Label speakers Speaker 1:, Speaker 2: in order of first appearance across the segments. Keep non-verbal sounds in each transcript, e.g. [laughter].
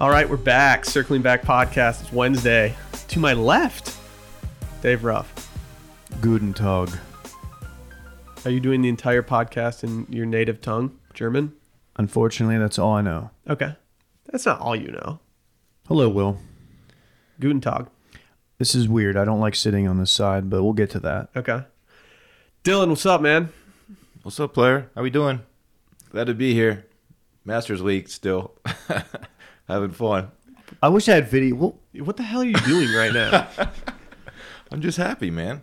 Speaker 1: All right, we're back. Circling Back podcast. It's Wednesday. To my left, Dave Ruff.
Speaker 2: Guten Tag.
Speaker 1: Are you doing the entire podcast in your native tongue, German?
Speaker 2: Unfortunately, that's all I know.
Speaker 1: Okay. That's not all you know.
Speaker 2: Hello, Will.
Speaker 1: Guten Tag.
Speaker 2: This is weird. I don't like sitting on this side, but we'll get to that.
Speaker 1: Okay. Dylan, what's up, man?
Speaker 3: What's up, player? How we doing? Glad to be here. Masters week still. [laughs] Having fun.
Speaker 2: I wish I had video. Well,
Speaker 1: What the hell are you doing right
Speaker 3: [laughs]
Speaker 1: now?
Speaker 3: I'm just happy, man.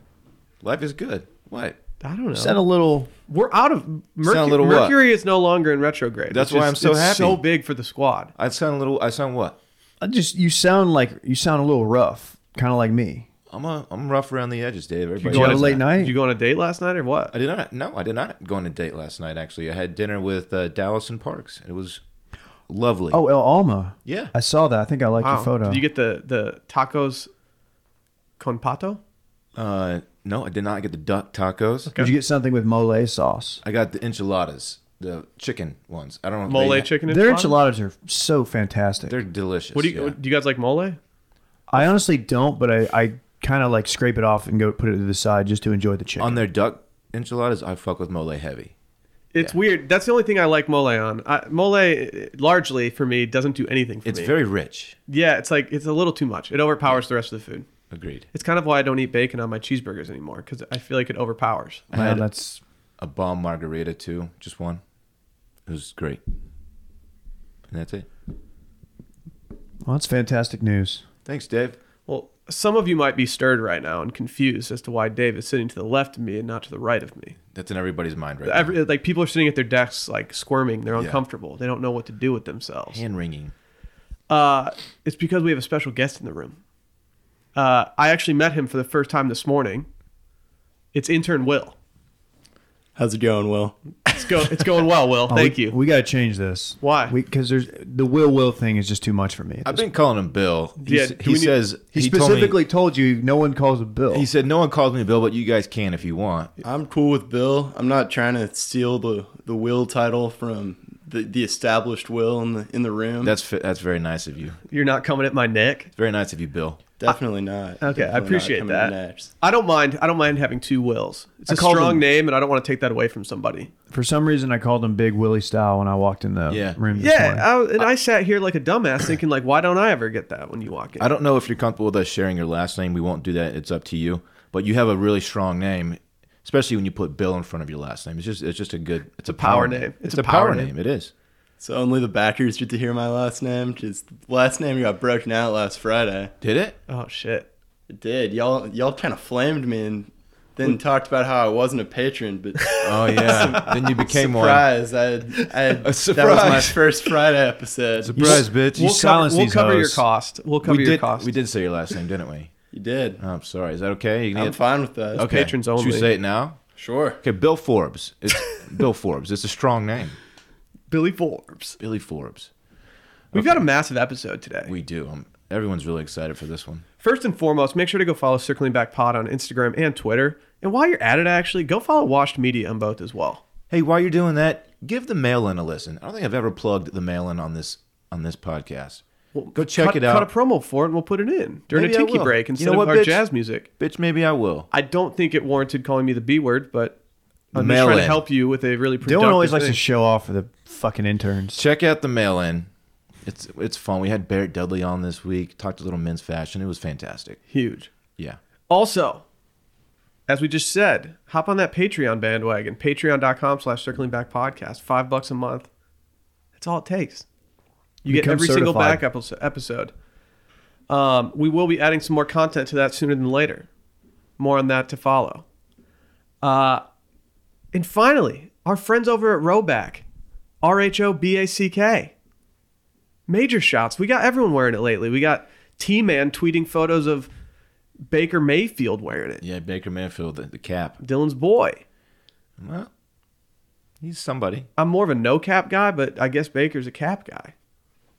Speaker 3: Life is good. What?
Speaker 1: I don't know.
Speaker 2: is that a little?
Speaker 1: We're out of Mercury.
Speaker 3: little what?
Speaker 1: Mercury is no longer in retrograde.
Speaker 3: That's
Speaker 1: which
Speaker 3: why
Speaker 1: is-
Speaker 3: I'm so
Speaker 1: it's
Speaker 3: happy.
Speaker 1: So big for the squad.
Speaker 3: I sound a little I sound what?
Speaker 2: I just you sound like you sound a little rough, kind of like me.
Speaker 3: I'm a I'm rough around the edges, Dave. Everybody
Speaker 2: Did you
Speaker 3: knows
Speaker 2: have a
Speaker 3: that.
Speaker 2: late night?
Speaker 1: Did you go on a date last night or what?
Speaker 3: I did not no, I did not go on a date last night actually. I had dinner with uh, Dallas and Parks. It was lovely.
Speaker 2: oh, El Alma.
Speaker 3: yeah.
Speaker 2: I saw that. I think I liked
Speaker 1: Wow.
Speaker 2: your photo.
Speaker 1: Did you get the the tacos con pato?
Speaker 3: Uh no, I did not get the duck tacos.
Speaker 2: Did you get something with mole sauce?
Speaker 3: I got the enchiladas, the chicken ones. I don't know if
Speaker 1: Mole
Speaker 3: they-
Speaker 1: chicken
Speaker 2: Their
Speaker 1: enchilada?
Speaker 2: enchiladas are so fantastic.
Speaker 3: They're delicious.
Speaker 1: What do you
Speaker 3: yeah.
Speaker 1: do? You guys like mole?
Speaker 2: I honestly don't, but I, I kind of like scrape it off and go put it to the side just to enjoy the chicken.
Speaker 3: on their duck enchiladas, I fuck with mole heavy.
Speaker 1: It's weird. That's the only thing I like mole on. I, mole eh, largely for me doesn't do anything for
Speaker 3: It's
Speaker 1: me.
Speaker 3: very rich.
Speaker 1: yeah, it's like it's a little too much. It overpowers the rest of the food.
Speaker 3: Agreed.
Speaker 1: It's kind of why I don't eat bacon on my cheeseburgers anymore because I feel like it overpowers.
Speaker 2: Wow,
Speaker 3: had-
Speaker 2: that's
Speaker 3: A bomb margarita too, just one. It was great. And that's it.
Speaker 2: well, that's fantastic news.
Speaker 3: Thanks, Dave.
Speaker 1: Well, some of you might be stirred right now and confused as to why Dave is sitting to the left of me and not to the right of me.
Speaker 3: That's in everybody's mind right
Speaker 1: Every, like people are sitting at their desks, like squirming. They're
Speaker 3: Yeah.
Speaker 1: uncomfortable. They don't know what to do with themselves.
Speaker 3: now. Hand wringing.
Speaker 1: Uh, it's because we have a special guest in the room. Uh, I actually met him for the first time this morning. It's intern Will.
Speaker 4: How's it going, Will?
Speaker 1: It's go. It's going well,
Speaker 2: [laughs]
Speaker 1: Will.
Speaker 2: Oh,
Speaker 1: Thank
Speaker 2: we-
Speaker 1: you.
Speaker 2: We got to change this.
Speaker 1: Why?
Speaker 2: Because there's the will will thing is just too much for me.
Speaker 3: I've been calling him Bill. He,
Speaker 1: Yeah,
Speaker 3: s-
Speaker 1: do
Speaker 3: he
Speaker 1: we need-
Speaker 3: says
Speaker 2: he,
Speaker 3: told me-
Speaker 2: specifically told you no one calls a bill.
Speaker 3: he said no one calls me Bill, but you guys can if you want.
Speaker 4: I'm cool with Bill. I'm not trying to steal the, the Will title from the, the established Will in the in the room.
Speaker 3: That's fi- that's very nice of you.
Speaker 1: You're not coming at my neck.
Speaker 3: Very nice of you, Bill.
Speaker 4: definitely not.
Speaker 1: I
Speaker 4: Definitely not
Speaker 1: appreciate
Speaker 4: coming
Speaker 1: that.
Speaker 4: to Nash.
Speaker 1: I don't mind. I don't mind having two Wills. It's a
Speaker 2: called
Speaker 1: strong
Speaker 2: him-
Speaker 1: name, and I don't want to take that away from somebody.
Speaker 2: For some reason, I called him Big Willie Style when I walked in the
Speaker 3: Yeah.
Speaker 2: room. This
Speaker 1: Yeah,
Speaker 2: morning.
Speaker 1: I, and I sat here like a dumbass, thinking like, why don't I ever get that when you walk in?
Speaker 3: I don't know if you're comfortable with us sharing your last name. We won't do that. It's up to you. But you have a really strong name, especially when you put Bill in front of your last name. It's just it's just a good. It's a
Speaker 1: power name.
Speaker 3: It's, a, power, name. It is.
Speaker 4: So only the backers get to hear my last name. Just last name got broken out last Friday.
Speaker 3: Did it?
Speaker 1: oh shit.
Speaker 4: It did. Y'all y'all kind of flamed me and then talked about how I wasn't a patron, but
Speaker 1: [laughs]
Speaker 3: Oh yeah. then you became one.
Speaker 4: surprise! I had, I had, that was my
Speaker 3: surprise.
Speaker 4: first Friday episode.
Speaker 3: Surprise, bitch.
Speaker 2: You
Speaker 1: we'll
Speaker 2: silence
Speaker 1: cover,
Speaker 2: these
Speaker 1: We'll cover your
Speaker 2: hoes.
Speaker 1: cost. We'll cover
Speaker 3: we
Speaker 1: your
Speaker 3: did.
Speaker 1: cost.
Speaker 3: We did say your last name, didn't we?
Speaker 4: You did.
Speaker 3: Oh, I'm sorry. Is that okay? You
Speaker 4: I'm
Speaker 3: get-
Speaker 4: fine with that.
Speaker 3: Okay.
Speaker 1: Patrons
Speaker 3: Should we
Speaker 1: only.
Speaker 3: say it now?
Speaker 4: Sure.
Speaker 3: Okay, Bill Forbes. It's [laughs] Bill Forbes. It's a strong name.
Speaker 1: Billy Forbes.
Speaker 3: Billy Forbes.
Speaker 1: We've got a massive episode today.
Speaker 3: We do. Um everyone's really excited for this one.
Speaker 1: First and foremost, make sure to go follow Circling Back Pod on Instagram and Twitter. And while you're at it, actually, go follow Washed Media on both as well.
Speaker 3: Hey, while you're doing that, give the mail in a listen. I don't think I've ever plugged the mail in on this on this podcast. Go check
Speaker 1: cut,
Speaker 3: it out.
Speaker 1: Cut a promo for it, and we'll put it in during
Speaker 3: Maybe
Speaker 1: a
Speaker 3: I
Speaker 1: tiki
Speaker 3: will.
Speaker 1: break
Speaker 3: You know
Speaker 1: instead
Speaker 3: what,
Speaker 1: of our
Speaker 3: bitch?
Speaker 1: jazz music.
Speaker 3: Bitch, maybe I will.
Speaker 1: I don't think it warranted calling me the B word, but I'm just
Speaker 3: mail
Speaker 1: trying to
Speaker 3: in.
Speaker 1: help you with a really productive.
Speaker 2: Dylan always likes to
Speaker 1: thing.
Speaker 2: show off for the fucking interns.
Speaker 3: Check out the mail in. It's it's fun. We had Barrett Dudley on this week. Talked a little men's fashion. It was fantastic.
Speaker 1: huge.
Speaker 3: Yeah.
Speaker 1: Also, as we just said, hop on that Patreon bandwagon, patreon.com slash circling back podcast. Five bucks a month. That's all it takes. You get
Speaker 2: Become
Speaker 1: every single
Speaker 2: certified.
Speaker 1: back epi- episode. Um, we will be adding some more content to that sooner than later. More on that to follow. Uh, and finally, our friends over at Roback, R H O B A C K. Major shots. We got everyone wearing it lately. We got T Man tweeting photos of Baker Mayfield wearing it.
Speaker 3: Yeah, Baker Manfield, the, the cap.
Speaker 1: Dylan's boy.
Speaker 3: Well, he's somebody.
Speaker 1: I'm more of a no cap guy, but I guess Baker's a cap guy.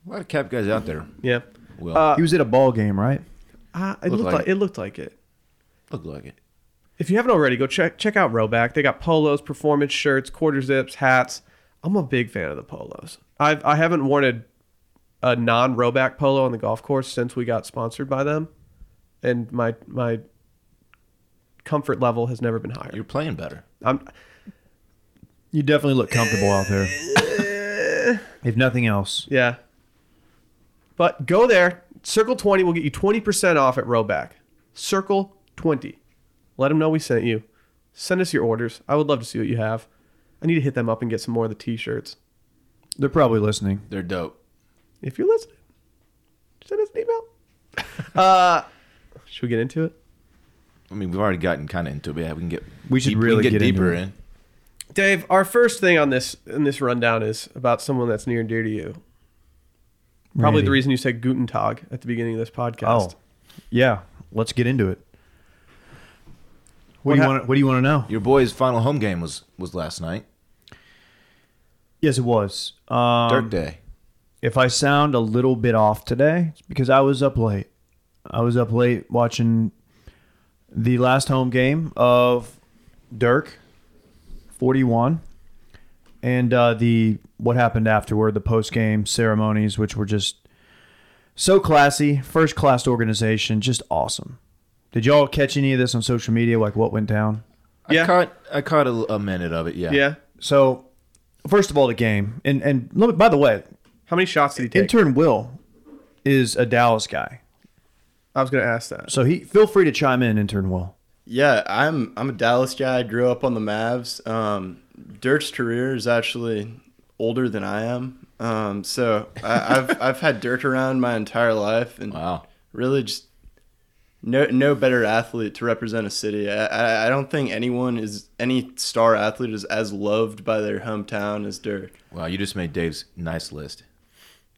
Speaker 3: A lot of cap guys out there.
Speaker 1: Yeah.
Speaker 3: Will
Speaker 2: he was at a ball game, right?
Speaker 1: Uh, it looked
Speaker 3: Looked
Speaker 1: like,
Speaker 3: like
Speaker 1: it looked like it.
Speaker 3: look like it.
Speaker 1: If you haven't already, go check check out Roback. They got polos, performance shirts, quarter zips, hats. I'm a big fan of the polos. I've I haven't worn a a non Roback polo on the golf course since we got sponsored by them, and my my comfort level has never been higher.
Speaker 3: You're playing better.
Speaker 1: I'm
Speaker 2: You definitely look comfortable out there. if nothing else,
Speaker 1: yeah, but go there. Circle twenty will get you twenty percent off at Roback. Circle twenty. Let them know we sent you. Send us your orders. I would love to see what you have. I need to hit them up and get some more of the t-shirts.
Speaker 2: they're probably listening.
Speaker 3: They're dope.
Speaker 1: If you're listening, send us an email. [laughs] uh, should we get into it?
Speaker 3: I mean, we've already gotten kind of into it. But yeah, we can get
Speaker 2: We should really
Speaker 3: can
Speaker 2: get into
Speaker 3: deeper
Speaker 2: it.
Speaker 3: in.
Speaker 1: Dave, our first thing on this in this rundown is about someone that's near and dear to you. Probably
Speaker 2: Randy.
Speaker 1: the reason you said Guten Tag at the beginning of this podcast.
Speaker 2: Oh, yeah. Let's get into it. What,
Speaker 1: What
Speaker 2: do you
Speaker 1: hap-
Speaker 2: want? What do you want to know?
Speaker 3: Your boy's final home game was was last night.
Speaker 2: Yes, it was. Um,
Speaker 3: Dirt day.
Speaker 2: If I sound a little bit off today, it's because I was up late. I was up late watching the last home game of Dirk, 41, and uh, the what happened afterward, the post game ceremonies, which were just so classy, first class organization, just awesome. Did y'all catch any of this on social media? Like what went down?
Speaker 1: Yeah.
Speaker 3: I caught I caught a, a minute of it. Yeah.
Speaker 1: Yeah.
Speaker 2: So, first of all, the game, and and let me- by the way,
Speaker 1: How many shots did he take?
Speaker 2: intern Will is a Dallas guy.
Speaker 1: I was going to ask that.
Speaker 2: So he feel free to chime in, intern Will.
Speaker 4: Yeah, I'm I'm a Dallas guy. I grew up on the Mavs. Um, Dirk's career is actually older than I am. Um, so
Speaker 1: [laughs]
Speaker 4: I, I've I've had Dirk around my entire life, and
Speaker 3: Wow.
Speaker 4: really just no no better athlete to represent a city. I, I, I don't think anyone is any star athlete is as loved by their hometown as Dirk.
Speaker 3: Wow. You just made Dave's
Speaker 2: [laughs]
Speaker 3: nice list.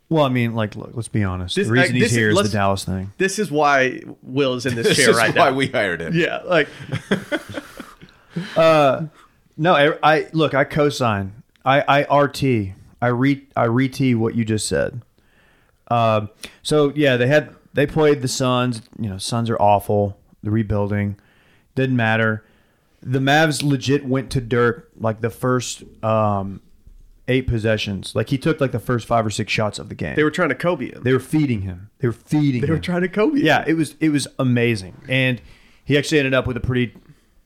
Speaker 2: Well, I mean, like, look, let's be honest.
Speaker 1: This-
Speaker 2: the reason
Speaker 1: I-
Speaker 2: he's
Speaker 1: this is-
Speaker 2: here is,
Speaker 1: let's-
Speaker 2: the Dallas thing.
Speaker 1: This is why Will is in [laughs] this,
Speaker 3: This
Speaker 1: chair
Speaker 3: is
Speaker 1: right
Speaker 3: why
Speaker 1: now.
Speaker 3: we hired him.
Speaker 1: yeah. Like,
Speaker 2: No, I, I look, I co-sign. I, I RT. I re I re what you just said. Um, so yeah, they had they played the Suns. You know, Suns are awful. The rebuilding didn't matter. The Mavs legit went to Dirk like the first um, eight possessions. Like he took like the first five or six shots of the game.
Speaker 1: they were trying to Kobe him.
Speaker 2: they were feeding him. They were feeding.
Speaker 1: They were
Speaker 2: him.
Speaker 1: trying to Kobe him.
Speaker 2: Yeah, it was it was amazing, and he actually ended up with a pretty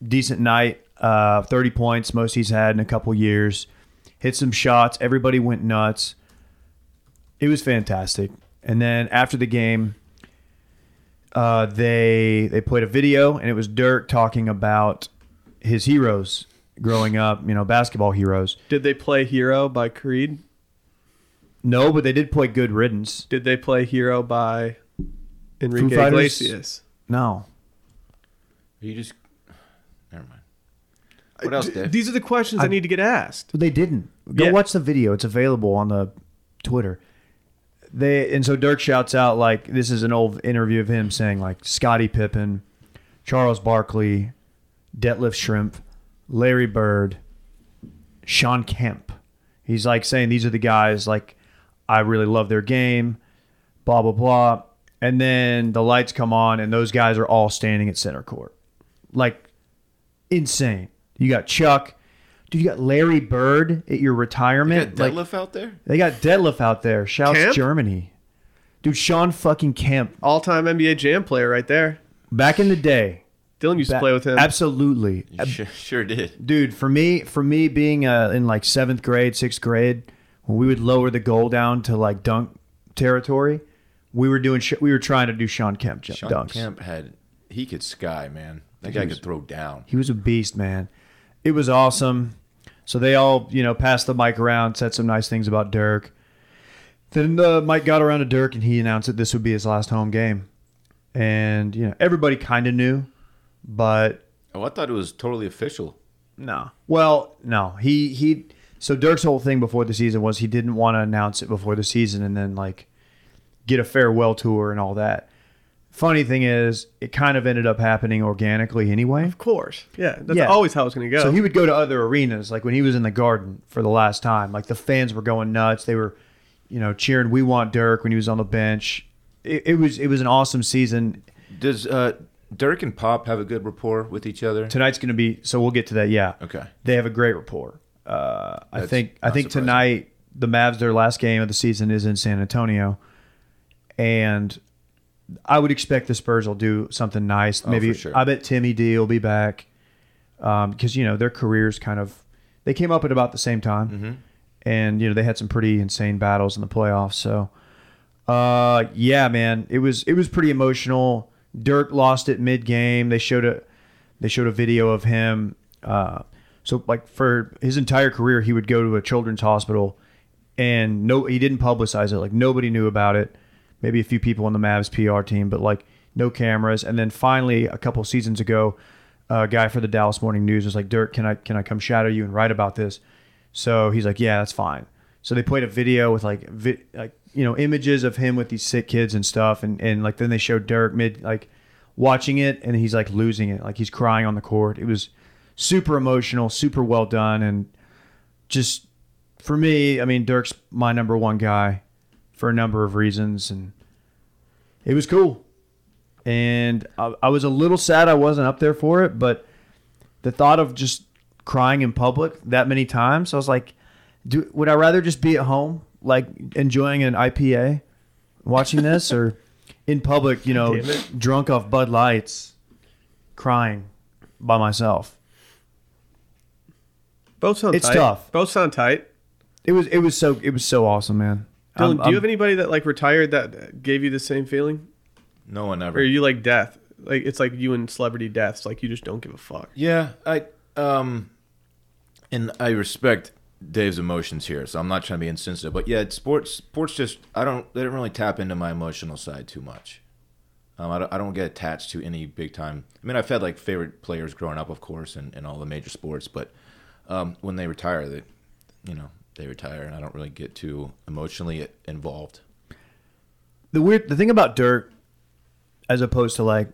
Speaker 2: decent night. Uh, Thirty points, most he's had in a couple years. Hit some shots. Everybody went nuts. It was fantastic. And then after the game, uh, they they played a video, and it was Dirk talking about his heroes growing up. You know, basketball heroes.
Speaker 1: Did they play Hero by Creed?
Speaker 2: No, but they did play Good Riddance.
Speaker 1: Did they play Hero by
Speaker 2: Foo
Speaker 1: Enrique
Speaker 2: Fighters?
Speaker 1: Iglesias?
Speaker 2: No,
Speaker 3: You just. Never mind.
Speaker 2: Uh,
Speaker 3: What else, Dave?
Speaker 1: These are the questions that need to get asked.
Speaker 2: But they didn't. Go
Speaker 1: Yeah.
Speaker 2: watch the video. It's available on the Twitter. They and so Dirk shouts out like this is an old interview of him saying like Scottie Pippen, Charles Barkley, Detlef Shrimp, Larry Bird, Sean Kemp. He's like saying these are the guys like I really love their game, blah blah blah. And then the lights come on and those guys are all standing at center court. Like insane. You got Chuck, dude, you got Larry Bird at your retirement.
Speaker 3: Deadlift
Speaker 2: like
Speaker 3: out there.
Speaker 2: they got Detlef out there. Shouts
Speaker 1: Kemp?
Speaker 2: Germany. Dude, Sean fucking Kemp.
Speaker 1: All time NBA Jam player right there.
Speaker 2: Back in the day.
Speaker 1: Dylan used to
Speaker 2: ba-
Speaker 1: play with him.
Speaker 2: Absolutely.
Speaker 3: You sure, sure did.
Speaker 2: dude for me for me being uh, in like seventh grade sixth grade when we would lower the goal down to like dunk territory we were doing sh- we were trying to do sean kemp jump
Speaker 3: Sean
Speaker 2: dunks
Speaker 3: Kemp had he could sky man. That guy could throw down.
Speaker 2: he was a beast man it was awesome so they all you know passed the mic around said some nice things about dirk then the mic got around to dirk and he announced that this would be his last home game and you know everybody kind of knew but
Speaker 3: Oh, I thought it was totally official.
Speaker 2: No. Well, no. He he. So Dirk's whole thing before the season was he didn't want to announce it before the season and then like get a farewell tour and all that. Funny thing is, it kind of ended up happening organically anyway.
Speaker 1: Of course. Yeah. That's
Speaker 2: Yeah.
Speaker 1: always how it's going to go.
Speaker 2: So he would go to other arenas, like when he was in the Garden for the last time. Like the fans were going nuts. They were, you know, cheering "We want Dirk" when he was on the bench. It, it was it was an awesome season.
Speaker 3: Does uh, Dirk and Pop have a good rapport with each other?
Speaker 2: Tonight's going to be so we'll get to that. Yeah.
Speaker 3: Okay.
Speaker 2: They have a great rapport. Uh, I
Speaker 3: That's
Speaker 2: think I
Speaker 3: not
Speaker 2: think
Speaker 3: surprising.
Speaker 2: tonight the Mavs, their last game of the season is in San Antonio, and I would expect the Spurs will do something nice. Maybe
Speaker 3: Oh, for sure.
Speaker 2: I bet Timmy D will be back because you know their careers kind of they came up at about the same time,
Speaker 3: Mm-hmm.
Speaker 2: and you know they had some pretty insane battles in the playoffs. So, uh, yeah, man, it was it was pretty emotional. Dirk lost it mid game. They showed a they showed a video of him. Uh, so like for his entire career, he would go to a children's hospital, and no, he didn't publicize it. Like nobody knew about it. Maybe a few people on the Mavs PR team, but like no cameras. And then finally, a couple seasons ago, a guy for the Dallas Morning News was like, "Dirk, can I can I come shadow you and write about this?" So he's like, "Yeah, that's fine." So they played a video with like vi- like you know images of him with these sick kids and stuff, and and like then they showed Dirk mid like watching it, and he's like losing it, like he's crying on the court. It was super emotional, super well done, and just for me, I mean, Dirk's my number one guy for a number of reasons, and it was cool. And I, I was a little sad I wasn't up there for it, but the thought of just crying in public that many times, I was like, do, would I rather just be at home, like enjoying an IPA, watching this, or in public, you know, drunk off Bud Lights, crying by myself?
Speaker 1: Both sound
Speaker 2: It's
Speaker 1: tight.
Speaker 2: tough.
Speaker 1: Both sound tight.
Speaker 2: It was it was so it was so awesome, man.
Speaker 1: Dylan,
Speaker 2: I'm-
Speaker 1: do
Speaker 2: I'm-
Speaker 1: you have anybody that like retired that gave you the same feeling,
Speaker 3: No one ever.
Speaker 1: or you like death? Like it's like you and celebrity deaths. Like you just don't give a fuck.
Speaker 3: Yeah, I um, and I respect Dave's emotions here, so I'm not trying to be insensitive. But yeah, it's sports sports just I don't they don't really tap into my emotional side too much. Um, I don't, I don't get attached to any big time. I mean, I've had like favorite players growing up, of course, and, and all the major sports. But um, when they retire, they, you know, they retire, and I don't really get too emotionally involved.
Speaker 2: the weird the thing about Dirk, as opposed to like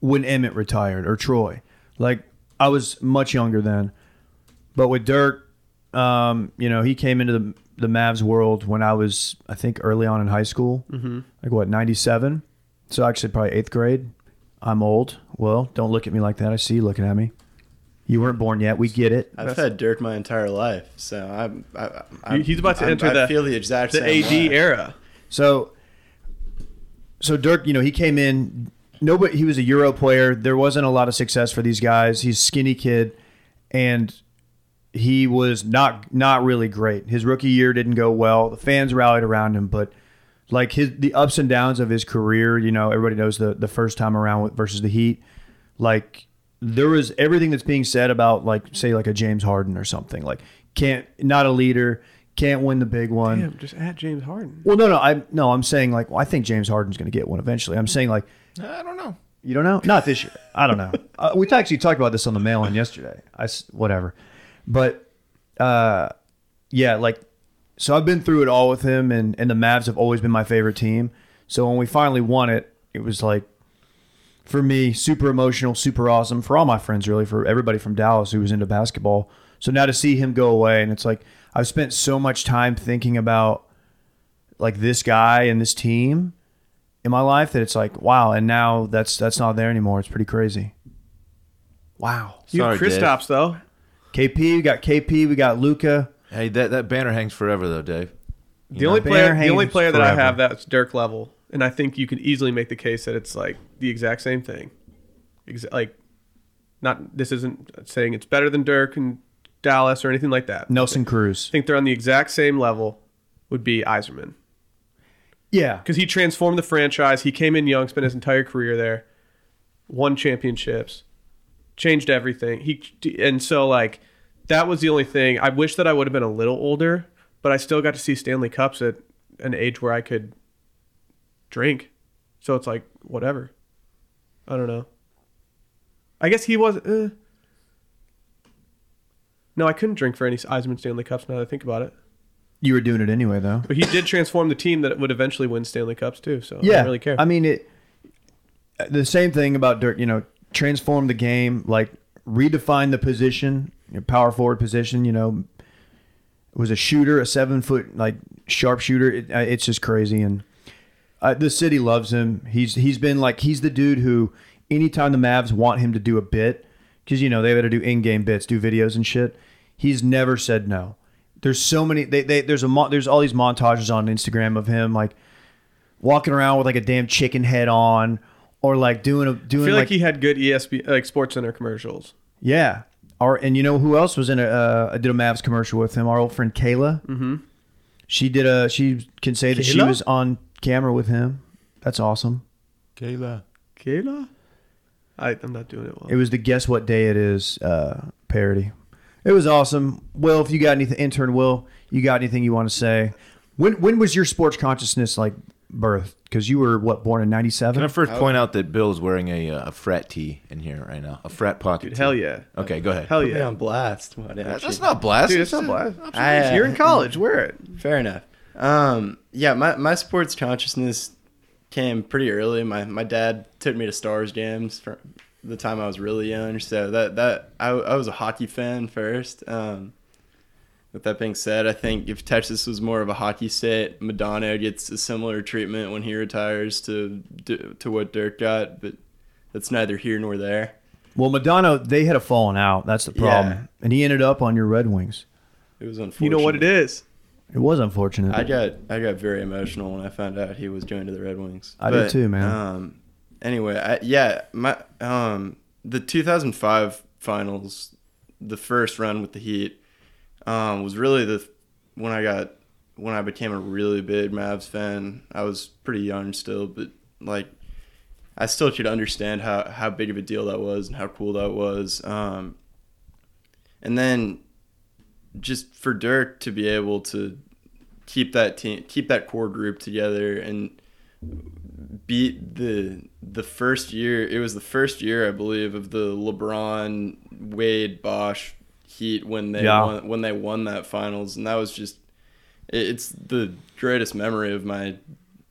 Speaker 2: when Emmett retired or Troy, like I was much younger then, but with Dirk, um, you know, he came into the the Mavs world when I was I think early on in high school, mm-hmm. like what ninety seven, so actually probably eighth grade. I'm old. Well, don't look at me like that. I see you looking at me. You weren't born yet. We get it.
Speaker 4: I've had Dirk my entire life, so I'm. I, I,
Speaker 1: He- he's about to
Speaker 4: I'm-
Speaker 1: enter
Speaker 4: I
Speaker 1: the-
Speaker 4: feel the exact
Speaker 1: The
Speaker 4: same
Speaker 1: AD
Speaker 4: way.
Speaker 1: era.
Speaker 2: So, so Dirk, you know, he came in. Nobody. He was a Euro player. There wasn't a lot of success for these guys. He's a skinny kid, and he was not not really great. His rookie year didn't go well. The fans rallied around him, but like his the ups and downs of his career, you know, everybody knows the the first time around with- versus the Heat. Like there was everything that's being said about like say like a James Harden or something. Like can't not a leader, can't win the big one.
Speaker 1: Damn, just at James Harden.
Speaker 2: Well, no, no, I no, I'm saying like well, I think James Harden's going to get one eventually. I'm saying like
Speaker 3: I don't know.
Speaker 2: you don't know, not this year. I don't
Speaker 3: [laughs]
Speaker 2: know. uh, we actually talked about this on the mail-in yesterday. I s- whatever, but uh, yeah, like so I've been through it all with him, and and the Mavs have always been my favorite team. So when we finally won it, it was like for me super emotional, super awesome for all my friends, really for everybody from Dallas who was into basketball. So now to see him go away, and it's like I've spent so much time thinking about like this guy and this team in my life that it's like wow and now that's that's not there anymore it's pretty crazy wow
Speaker 1: You have
Speaker 3: Sorry, Dave.
Speaker 1: Kristaps though.
Speaker 2: kp we got kp we got luca
Speaker 3: Hey, that that banner hangs forever though, Dave.
Speaker 1: The only
Speaker 2: Bear
Speaker 1: player, the
Speaker 2: hangs
Speaker 1: only player that I
Speaker 2: forever.
Speaker 1: have that's Dirk level, and I think you can easily make the case that it's like the exact same thing. Exa- like, not this isn't saying it's better than Dirk and Dallas or anything like that.
Speaker 2: nelson
Speaker 1: I
Speaker 2: cruz
Speaker 1: think they're on the exact same level. Would be Iserman
Speaker 2: yeah
Speaker 1: because he transformed the franchise. He came in young, spent his entire career there, won championships, changed everything. He and so like that was the only thing. I wish that I would have been a little older, but I still got to see Stanley Cups at an age where I could drink. So it's like whatever. I don't know. I guess he was. Uh, no, I couldn't drink for any Eisman Stanley Cups now that I think about it.
Speaker 2: you were doing it anyway though
Speaker 1: But he did transform the team that would eventually win Stanley Cups too. So I
Speaker 2: yeah
Speaker 1: don't really care.
Speaker 2: i mean it the same thing about dirk you know transform the game like redefine the position your power forward position you know was a shooter a seven foot like sharpshooter it, uh, it's just crazy and Uh, the city loves him. He's he's been like he's the dude who anytime the Mavs want him to do a bit because you know they got to do in game bits, do videos and shit. He's never said no. There's so many. They, they there's a mo- there's all these montages on Instagram of him like walking around with like a damn chicken head on, or like doing a
Speaker 1: I
Speaker 2: doing
Speaker 1: feel like,
Speaker 2: like
Speaker 1: he had good ESP like Sports Center commercials.
Speaker 2: Yeah. Our and you know who else was in a uh, I did a Mavs commercial with him? Our old friend Kayla. Mm-hmm. She did a. She can say that she
Speaker 1: Kayla?
Speaker 2: was on camera with him. That's awesome.
Speaker 3: Kayla.
Speaker 1: Kayla, I, I'm not doing it well.
Speaker 2: It was the guess what day it is uh, parody. It was awesome. Will, if you got anything, intern Will, you got anything you want to say? When when was your sports consciousness like birth? Because you were what born in ninety
Speaker 3: Can I
Speaker 2: seven.
Speaker 3: first point out that Bill's wearing a, uh, a frat tee in here right now? A frat pocket.
Speaker 1: Dude,
Speaker 3: tee.
Speaker 1: hell yeah,
Speaker 3: Okay, go ahead.
Speaker 1: hell
Speaker 4: Put me
Speaker 1: yeah.
Speaker 4: on blast. Why don't
Speaker 3: That-
Speaker 4: you?
Speaker 3: That's not blast.
Speaker 1: Dude, it's
Speaker 3: It's
Speaker 1: not
Speaker 3: a-
Speaker 1: blast.
Speaker 4: I, uh,
Speaker 1: You're in college. Wear it.
Speaker 4: Fair enough. Um, yeah, my, my sports consciousness came pretty early. My my dad took me to Stars games from the time I was really young. So that that I, I was a hockey fan first. Um, with that being said, I think if Texas was more of a hockey state, Madonna gets a similar treatment when he retires to to what Dirk got, but that's neither here nor there.
Speaker 2: Well, Madonna, they had a falling out. That's the problem,
Speaker 4: Yeah.
Speaker 2: and he ended up on your Red Wings.
Speaker 4: It was unfortunate.
Speaker 1: You know what it is.
Speaker 2: It was unfortunate.
Speaker 4: I got I got very emotional when I found out he was going to the Red Wings.
Speaker 2: I did too, man.
Speaker 4: Um, anyway, I, yeah, my um, the 2005 finals, the first run with the Heat, um, was really the when I got when I became a really big Mavs fan. I was pretty young still, but like I still could understand how how big of a deal that was and how cool that was. Um, and then just for Dirk to be able to keep that team, keep that core group together, and beat the the first year. It was the first year, I believe, of the LeBron Wade Bosch Heat when they
Speaker 2: Yeah.
Speaker 4: won, when they won that finals, and that was just it- it's the greatest memory of my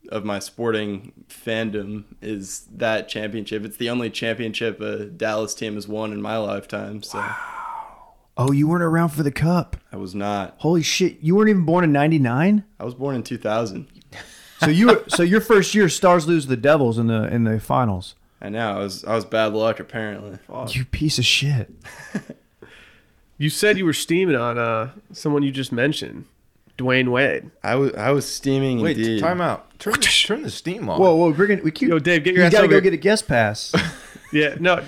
Speaker 4: of my sporting fandom is that championship. It's the only championship a Dallas team has won in my lifetime. So
Speaker 2: oh, you weren't around for the cup.
Speaker 4: I was not.
Speaker 2: Holy shit! You weren't even born in '99.
Speaker 4: I was born in 2000.
Speaker 2: So you were, so your first year, Stars lose to the Devils in the in the finals.
Speaker 4: I know. I was I was bad luck apparently.
Speaker 2: You piece of shit.
Speaker 1: You said you were steaming on uh, someone you just mentioned, Dwayne Wade.
Speaker 4: I was I was steaming
Speaker 3: Wait,
Speaker 4: indeed.
Speaker 3: time out. Turn, turn the steam on.
Speaker 2: Whoa, whoa, we're gonna we keep.
Speaker 1: Yo, Dave, get your
Speaker 2: you
Speaker 1: ass
Speaker 2: gotta
Speaker 1: over
Speaker 2: go
Speaker 1: here.
Speaker 2: get a guest [laughs] pass.
Speaker 1: Yeah, no.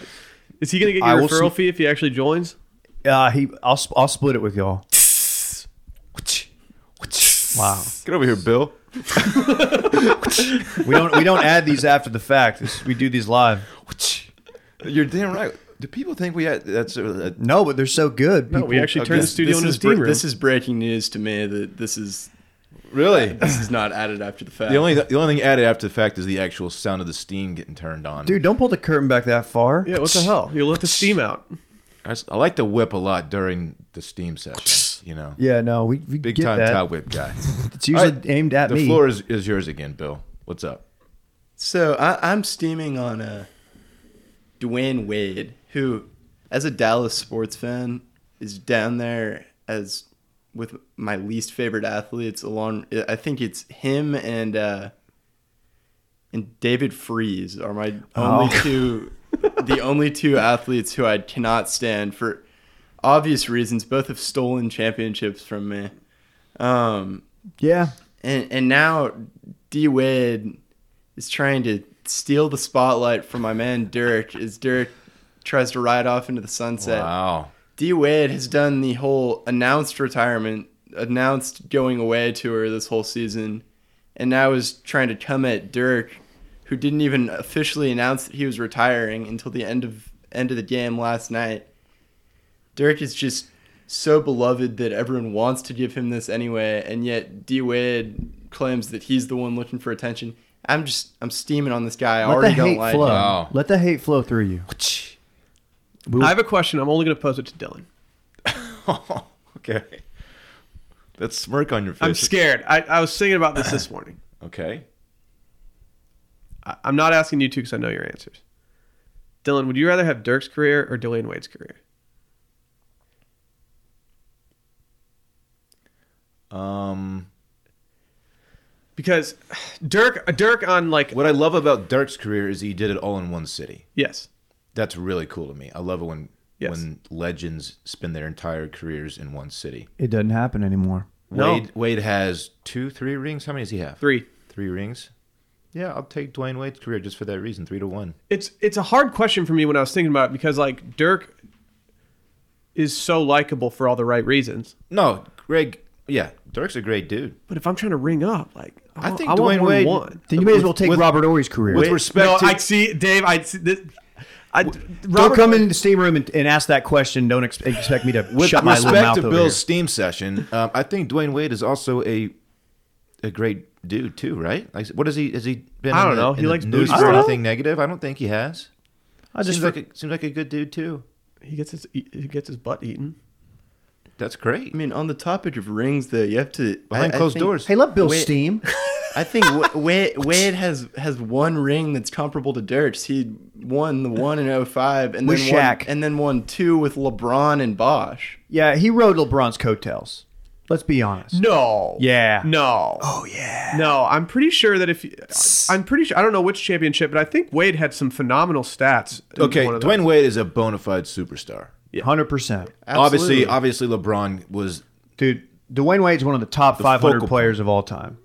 Speaker 1: Is he gonna get
Speaker 2: I
Speaker 1: your
Speaker 2: will
Speaker 1: referral
Speaker 2: sn-
Speaker 1: fee if he actually joins?
Speaker 2: uh, he, I'll sp- I'll split it with y'all. Wow,
Speaker 3: Get over here, Bill.
Speaker 2: we don't we don't add these after the fact. It's- we do these live.
Speaker 3: You're damn right. Do people think we had that's uh,
Speaker 2: No, but they're so good.
Speaker 1: No, we
Speaker 2: people-
Speaker 1: actually
Speaker 3: okay.
Speaker 1: turned the
Speaker 3: This-
Speaker 1: studio
Speaker 4: this
Speaker 1: into a
Speaker 4: is
Speaker 1: steam
Speaker 4: bre-
Speaker 1: room.
Speaker 4: This is breaking news to me that this is
Speaker 3: really?
Speaker 4: this is not added after the fact.
Speaker 3: The only the only thing added after the fact is the actual sound of the steam getting turned on.
Speaker 2: dude, don't pull the curtain back that far.
Speaker 1: yeah, what the hell? You let the steam out.
Speaker 3: I, s- I like to whip a lot during the steam session. You know,
Speaker 2: Yeah, no, we, we
Speaker 3: big
Speaker 2: get
Speaker 3: time
Speaker 2: that.
Speaker 3: tie whip guy.
Speaker 2: It's usually
Speaker 3: All right,
Speaker 2: aimed at
Speaker 3: the
Speaker 2: me.
Speaker 3: floor is, is yours again, Bill. What's up?
Speaker 4: So I, I'm steaming on uh, Dwayne Wade, who, as a Dallas sports fan, is down there as with my least favorite athletes. Along, I think it's him and uh, and David Freeze are my only two, the only two athletes who I cannot stand for obvious reasons. Both have stolen championships from me. Um,
Speaker 2: Yeah,
Speaker 4: and and now D Wade is trying to steal the spotlight from my man Dirk as Dirk tries to ride off into the sunset.
Speaker 3: Wow. [laughs]
Speaker 4: D Wade has done the whole announced retirement, announced going away tour this whole season, and now is trying to come at Dirk, who didn't even officially announce that he was retiring until the end of end of the game last night. Dirk is just so beloved that everyone wants to give him this anyway, and yet D Wade claims that he's the one looking for attention. I'm just I'm steaming on this guy. I
Speaker 2: let the
Speaker 4: already don't
Speaker 2: hate
Speaker 4: like
Speaker 2: flow.
Speaker 4: him.
Speaker 3: Wow.
Speaker 2: Let the hate flow through you.
Speaker 1: I have a question. I'm only gonna pose it to Dylan.
Speaker 3: okay. That smirk on your face.
Speaker 1: I'm scared. I, I was thinking about this this morning.
Speaker 3: Okay.
Speaker 1: I, I'm not asking you two because I know your answers. Dylan, would you rather have Dirk's career or Dwayne Wade's career?
Speaker 3: Um,
Speaker 1: Because [sighs] Dirk, Dirk on like
Speaker 3: what I love about Dirk's career is he did it all in one city.
Speaker 1: yes,
Speaker 3: That's really cool to me. I love it when
Speaker 1: Yes.
Speaker 3: when legends spend their entire careers in one city.
Speaker 2: It doesn't happen anymore.
Speaker 1: No.
Speaker 3: Wade Wade has two, three rings. How many does he have?
Speaker 1: Three.
Speaker 3: Three rings. Yeah, I'll take Dwayne Wade's career just for that reason. Three to one.
Speaker 1: It's it's a hard question for me when I was thinking about it because like Dirk is so likable for all the right reasons.
Speaker 3: No, Greg. Yeah, Dirk's a great dude.
Speaker 1: But if I'm trying to ring up, like I,
Speaker 3: I
Speaker 1: think
Speaker 3: think
Speaker 1: I want
Speaker 3: Dwayne
Speaker 1: one
Speaker 3: Wade-
Speaker 1: one.
Speaker 2: Then you may as
Speaker 3: With-
Speaker 2: well take
Speaker 3: with-
Speaker 2: Robert Ory's career.
Speaker 3: with respect
Speaker 1: no,
Speaker 3: to-
Speaker 1: I see, Dave. I see this. I,
Speaker 2: Don't
Speaker 1: Robert,
Speaker 2: come into the steam room and, and ask that question. Don't ex- expect me to
Speaker 3: [laughs] With
Speaker 2: shut my little
Speaker 3: respect
Speaker 2: mouth
Speaker 3: to
Speaker 2: over
Speaker 3: Bill's
Speaker 2: here.
Speaker 3: steam session, um, I think Dwayne Wade is also a a great dude too, right? Like, what has he has he been?
Speaker 1: I don't
Speaker 3: in the-
Speaker 1: know.
Speaker 3: in
Speaker 1: He
Speaker 3: the
Speaker 1: likes
Speaker 3: news
Speaker 1: booze. I
Speaker 3: for
Speaker 1: don't know.
Speaker 3: anything negative. I don't think he has.
Speaker 2: I just
Speaker 3: seems like a, seems like a good dude too.
Speaker 1: He gets his he gets his butt eaten.
Speaker 3: That's great.
Speaker 4: I mean, on the topic of rings, though, you have to
Speaker 3: Behind
Speaker 4: I- I
Speaker 3: closed
Speaker 4: think-
Speaker 3: doors.
Speaker 2: hey, let Bill
Speaker 4: Wait.
Speaker 3: [laughs]
Speaker 2: steam.
Speaker 4: I think Wa- Wade, Wade has has one ring that's comparable to Dirk's. He won the one in 05 and
Speaker 2: With
Speaker 4: then won-
Speaker 2: Shaq.
Speaker 4: and then won two with LeBron and Bosch.
Speaker 2: yeah, he rode LeBron's coattails. Let's be honest.
Speaker 1: No.
Speaker 2: Yeah.
Speaker 1: No. Oh yeah. No, I'm pretty sure that if I'm pretty sure I don't know which championship, but I think Wade had some phenomenal stats. in
Speaker 3: okay,
Speaker 1: one of
Speaker 3: Dwayne
Speaker 1: those.
Speaker 3: Wade is a bona fide superstar.
Speaker 2: Hundred percent,
Speaker 3: Obviously, obviously LeBron was
Speaker 2: dude. Dwayne Wade's one of the top 500
Speaker 3: focal point.
Speaker 2: players of all time.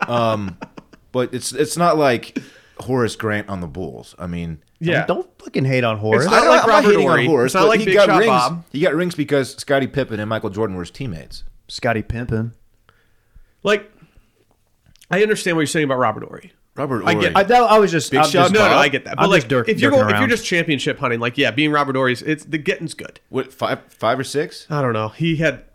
Speaker 3: but it's it's not like Horace Grant on the Bulls. I mean,
Speaker 1: Yeah.
Speaker 2: I mean, don't fucking hate on Horace.
Speaker 1: It's not like
Speaker 3: I'm
Speaker 1: Robert
Speaker 3: hating
Speaker 1: Ory.
Speaker 3: on Horace.
Speaker 1: It's not
Speaker 3: but
Speaker 1: like
Speaker 3: he
Speaker 1: Big
Speaker 3: got
Speaker 1: Shot
Speaker 3: rings.
Speaker 1: Bob.
Speaker 3: He got rings because Scottie Pippen and Michael Jordan were his teammates.
Speaker 2: Scotty Pimpin.
Speaker 1: like I understand what you're saying about Robert Ory.
Speaker 3: Robert
Speaker 1: I
Speaker 3: Ory.
Speaker 1: get-
Speaker 2: I, that, I was just
Speaker 3: Big
Speaker 2: I'm
Speaker 3: shot,
Speaker 2: just-
Speaker 1: No, no,
Speaker 3: Bob?
Speaker 1: I get that. But
Speaker 2: I'm
Speaker 1: like,
Speaker 2: just dirk-
Speaker 1: if you're
Speaker 2: dirking
Speaker 1: going, if you're
Speaker 2: around.
Speaker 1: just championship hunting, like yeah, being Robert Ory's, it's the getting's good.
Speaker 3: what five five or six?
Speaker 1: I don't know. He had.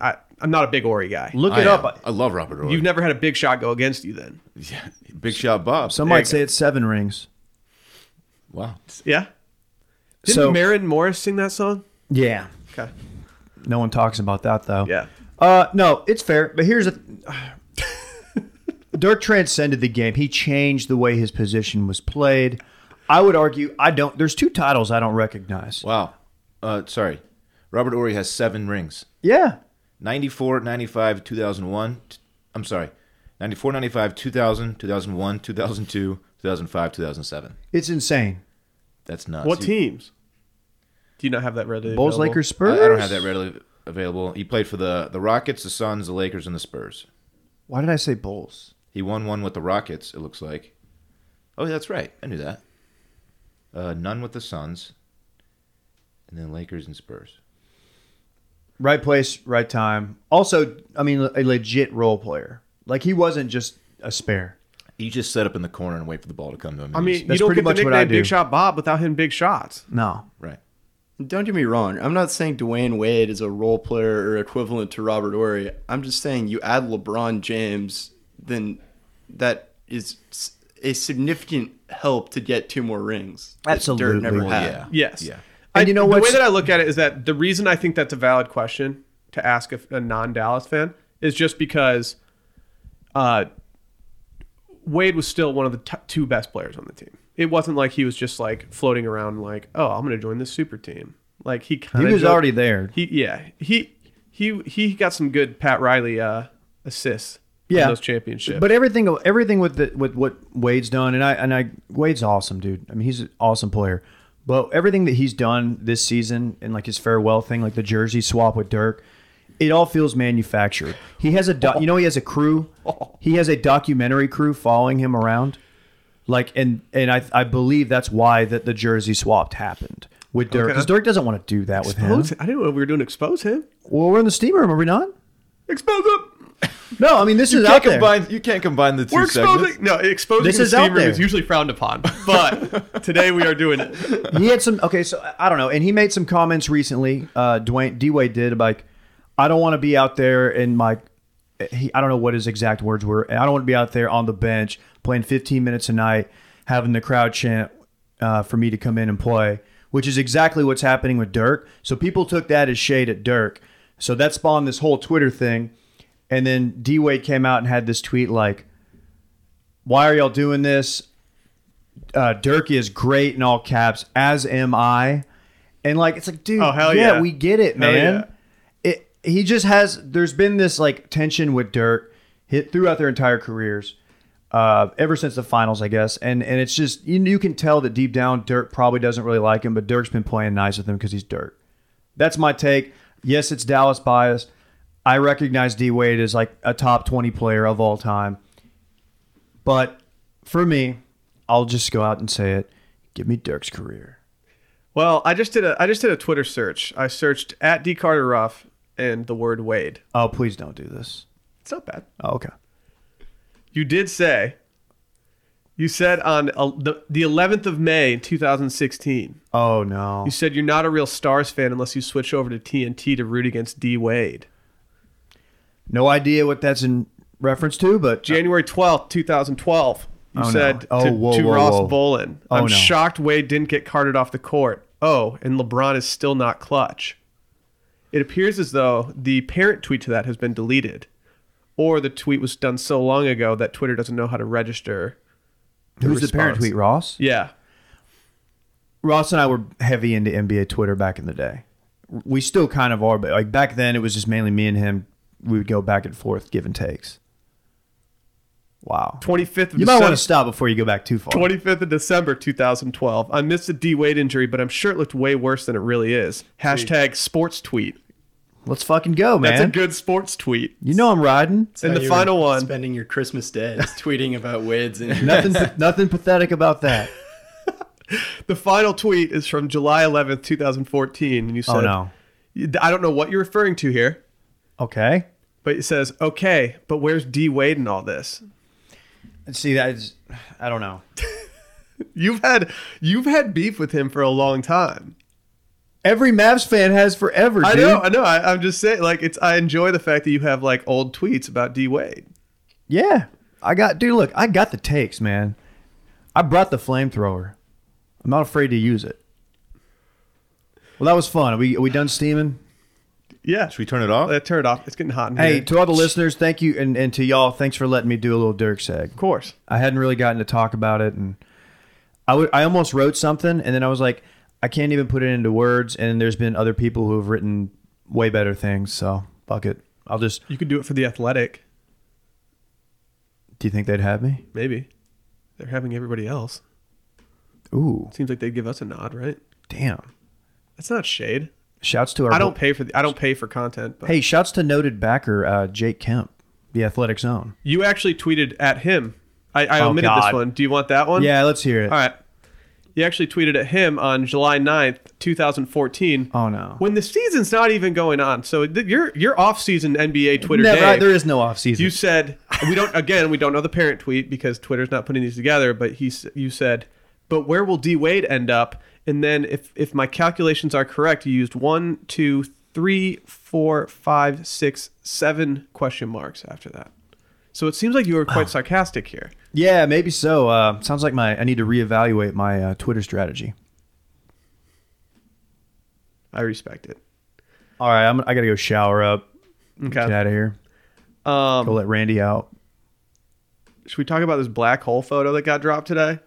Speaker 1: I, I'm not a big Ory guy.
Speaker 2: Look
Speaker 3: I
Speaker 2: it
Speaker 3: am.
Speaker 2: up.
Speaker 3: I love Robert Ory.
Speaker 1: You've never had a big shot go against you, then?
Speaker 3: yeah. Big shot, Bob.
Speaker 2: Some
Speaker 1: There you
Speaker 2: might say it's seven rings.
Speaker 3: wow.
Speaker 1: Yeah. Didn't
Speaker 2: So-
Speaker 1: Marin Morris sing that song?
Speaker 2: Yeah.
Speaker 1: Okay.
Speaker 2: No one talks about that though.
Speaker 1: Yeah.
Speaker 2: Uh, no, it's fair. But here's a. [sighs] Dirk transcended the game. He changed the way his position was played. I would argue I don't. There's two titles I don't recognize.
Speaker 3: Wow. Uh, sorry. Robert Ory has seven rings.
Speaker 2: Yeah.
Speaker 3: 94, 95, 2001. t- I'm sorry. 94, 95, 2000, 2001, 2002, 2005, 2007.
Speaker 2: It's insane.
Speaker 3: That's nuts.
Speaker 1: What
Speaker 3: You-
Speaker 1: teams? Do you not have that readily?
Speaker 2: Bulls,
Speaker 1: available?
Speaker 2: Lakers, Spurs.
Speaker 3: I, I don't have that readily available. He played for the, the Rockets, the Suns, the Lakers, and the Spurs.
Speaker 2: Why did I say Bulls?
Speaker 3: He won one with the Rockets, it looks like. Oh, that's right. I knew that. Uh, none with the Suns. And then Lakers and Spurs.
Speaker 2: Right place, right time. Also, I mean, a legit role player. Like he wasn't just a spare.
Speaker 3: You just set up in the corner and wait for the ball to come to him.
Speaker 1: I mean,
Speaker 2: That's
Speaker 1: you don't
Speaker 2: pretty
Speaker 1: get the
Speaker 2: much what I
Speaker 1: nickname Big
Speaker 2: do.
Speaker 1: Shot Bob without hitting big shots.
Speaker 2: No.
Speaker 3: right.
Speaker 4: Don't get me wrong. I'm not saying Dwayne Wade is a role player or equivalent to Robert Ory. I'm just saying you add LeBron James, then that is s- a significant help to get two more rings. that Dirk
Speaker 2: Absolutely.
Speaker 4: never
Speaker 2: Well,
Speaker 4: had.
Speaker 3: yeah.
Speaker 1: Yes.
Speaker 3: Yeah.
Speaker 2: And you know
Speaker 1: The
Speaker 2: what's-
Speaker 1: way that I look at it is that the reason I think that's a valid question to ask a, a non-Dallas fan is just because uh, Wade was still one of the t- two best players on the team. It wasn't like he was just like floating around like, oh, I'm going to join this super team. Like he
Speaker 2: He
Speaker 1: kind
Speaker 2: was already there.
Speaker 1: He yeah he he he got some good Pat Riley uh, assists.
Speaker 2: Yeah.
Speaker 1: in those championships.
Speaker 2: But everything, everything with the, with what Wade's done, and I and I Wade's awesome, dude. I mean, he's an awesome player. But everything that he's done this season, and like his farewell thing, like the jersey swap with Dirk, it all feels manufactured. He has a, doc, you know, he has
Speaker 1: [laughs]
Speaker 2: a crew. He has a documentary crew following him around. Like and and I I believe that's why that the jersey swapped happened with Dirk
Speaker 1: Okay.
Speaker 2: because Dirk doesn't want to do that with him.
Speaker 1: Expose- I didn't know we were doing expose him.
Speaker 2: Well, we're in the steam room, are we not?
Speaker 1: Expose him.
Speaker 2: No, I mean this is
Speaker 3: You
Speaker 2: out
Speaker 3: can't,
Speaker 2: there.
Speaker 3: combine, you can't combine the two
Speaker 1: We're
Speaker 3: segments.
Speaker 1: exposing. No, exposing
Speaker 2: This
Speaker 1: the
Speaker 2: is
Speaker 1: steam
Speaker 2: out
Speaker 1: room
Speaker 2: there.
Speaker 1: is usually frowned upon,
Speaker 3: [laughs]
Speaker 1: but today we are doing it.
Speaker 2: he had some okay so I- i don't know and he made some comments recently uh dwayne d-wade did about, like i don't want to be out there and my he, i don't know what his exact words were and i don't want to be out there on the bench playing 15 minutes a night having the crowd chant uh, for me to come in and play which is exactly what's happening with dirk so people took that as shade at dirk so that spawned this whole twitter thing and then d-wade came out and had this tweet like why are y'all doing this uh, Dirk is great in all caps, as am I. And like, it's like, dude,
Speaker 1: Oh, hell
Speaker 2: yeah,
Speaker 1: yeah.
Speaker 2: we get it,
Speaker 1: Hell
Speaker 2: man. It, he just has, there's been this like tension with Dirk hit throughout their entire careers. uh, ever since the finals, I guess. And and it's just you, you can tell that deep down Dirk probably doesn't really like him, but Dirk's been playing nice with him because he's Dirk. That's my take. Yes, it's Dallas bias. I recognize D Wade as like a top twenty player of all time, but for me, I'll just go out and say it. Give me Dirk's career.
Speaker 1: Well, I just did a I just did a Twitter search. I searched at D Carter Ruff and the word Wade.
Speaker 2: Oh, please don't do this.
Speaker 1: It's not bad.
Speaker 2: Oh, okay.
Speaker 1: You did say. You said on uh, the the 11th of May in 2016.
Speaker 2: Oh no.
Speaker 1: You said you're not a real Stars fan unless you switch over to TNT to root against D Wade.
Speaker 2: No idea what that's in reference to, but
Speaker 1: January 12th, 2012. You
Speaker 2: Oh, no.
Speaker 1: said
Speaker 2: Oh,
Speaker 1: to,
Speaker 2: whoa,
Speaker 1: to
Speaker 2: whoa,
Speaker 1: Ross
Speaker 2: whoa.
Speaker 1: Bolin,
Speaker 2: Oh,
Speaker 1: I'm
Speaker 2: no.
Speaker 1: shocked Wade didn't get carted off the court. Oh, and LeBron is still not clutch. It appears as though the parent tweet to that has been deleted, or the tweet was done so long ago that Twitter doesn't know how to register.
Speaker 2: who's the parent
Speaker 1: response.
Speaker 2: tweet? Ross.
Speaker 1: Yeah.
Speaker 2: Ross and I were heavy into NBA Twitter back in the day. We still kind of are, but like back then, it was just mainly me and him. We would go back and forth, give and takes. Wow.
Speaker 1: 25th of
Speaker 2: You might
Speaker 1: December.
Speaker 2: want to stop before you go back too far.
Speaker 1: 25th of December 2012. I missed a D Wade injury, but I'm sure it looked way worse than it really is. Hashtag sports tweet.
Speaker 2: Let's fucking go, man.
Speaker 1: That's a good sports tweet.
Speaker 2: you know I'm riding.
Speaker 4: It's
Speaker 1: And
Speaker 4: how
Speaker 1: the
Speaker 4: you
Speaker 1: final
Speaker 4: were
Speaker 1: one.
Speaker 4: Spending your Christmas day is tweeting about Wade's [laughs]
Speaker 1: [laughs]
Speaker 4: injury.
Speaker 2: Nothing, nothing pathetic about that.
Speaker 1: The final tweet is from July 11th, 2014. And you said,
Speaker 2: Oh no.
Speaker 1: I don't know what you're referring to here,
Speaker 2: Okay.
Speaker 1: but it says, okay, but where's D Wade in all this?
Speaker 2: See, that's I don't know.
Speaker 1: You've had you've had beef with him for a long time.
Speaker 2: Every Mavs fan has forever. Dude.
Speaker 1: I know, I know. I, I'm just saying, like it's. I enjoy the fact that you have like old tweets about D Wade.
Speaker 2: Yeah, I got dude. Look, I got the takes, man. I brought the flamethrower. I'm not afraid to use it. Well, that was fun. Are we are we done steaming?
Speaker 1: Yeah,
Speaker 3: Should we turn it off?
Speaker 1: Uh, turn it off. It's getting hot in
Speaker 2: Hey,
Speaker 1: here.
Speaker 2: to all the listeners, thank you, and, and to y'all, thanks for letting me do a little Dirk seg.
Speaker 1: of course.
Speaker 2: I hadn't really gotten to talk about it, and I would I almost wrote something, and then I was like, I can't even put it into words. And there's been other people who have written way better things, so fuck it. I'll just.
Speaker 1: You could do it for the athletic,
Speaker 2: Do you think they'd have me?
Speaker 1: maybe. They're having everybody else.
Speaker 2: Ooh,
Speaker 1: Seems like they'd give us a nod, right?
Speaker 2: damn!
Speaker 1: That's not shade.
Speaker 2: Shouts to our.
Speaker 1: I don't pay for the, I don't pay for content, but
Speaker 2: Hey, shouts to noted backer uh, Jake Kemp, the Athletic Zone.
Speaker 1: You actually tweeted at him. I, I
Speaker 2: Oh,
Speaker 1: omitted this
Speaker 2: God.
Speaker 1: one. Do you want that one?
Speaker 2: Yeah, let's hear it.
Speaker 1: All right. You actually tweeted at him on July 9th, 2014.
Speaker 2: Oh no,
Speaker 1: When the season's not even going on. So th- your your off season NBA Twitter
Speaker 2: Never,
Speaker 1: day.
Speaker 2: there is no off season.
Speaker 1: you said we don't again, we don't know the parent tweet because Twitter's not putting these together, but he s- you said, "But where will D Wade end up?" And then if if my calculations are correct, you used one, two, three, four, five, six, seven question marks after that. So it seems like you were quite sarcastic here.
Speaker 2: yeah, maybe so. Uh, sounds like my I need to reevaluate my uh, Twitter strategy.
Speaker 1: I respect it.
Speaker 2: All right, I'm, I gotta go shower up. Get
Speaker 1: Okay.
Speaker 2: out of here.
Speaker 1: Um,
Speaker 2: Go let Randy out.
Speaker 1: should we talk about this black hole photo that got dropped today?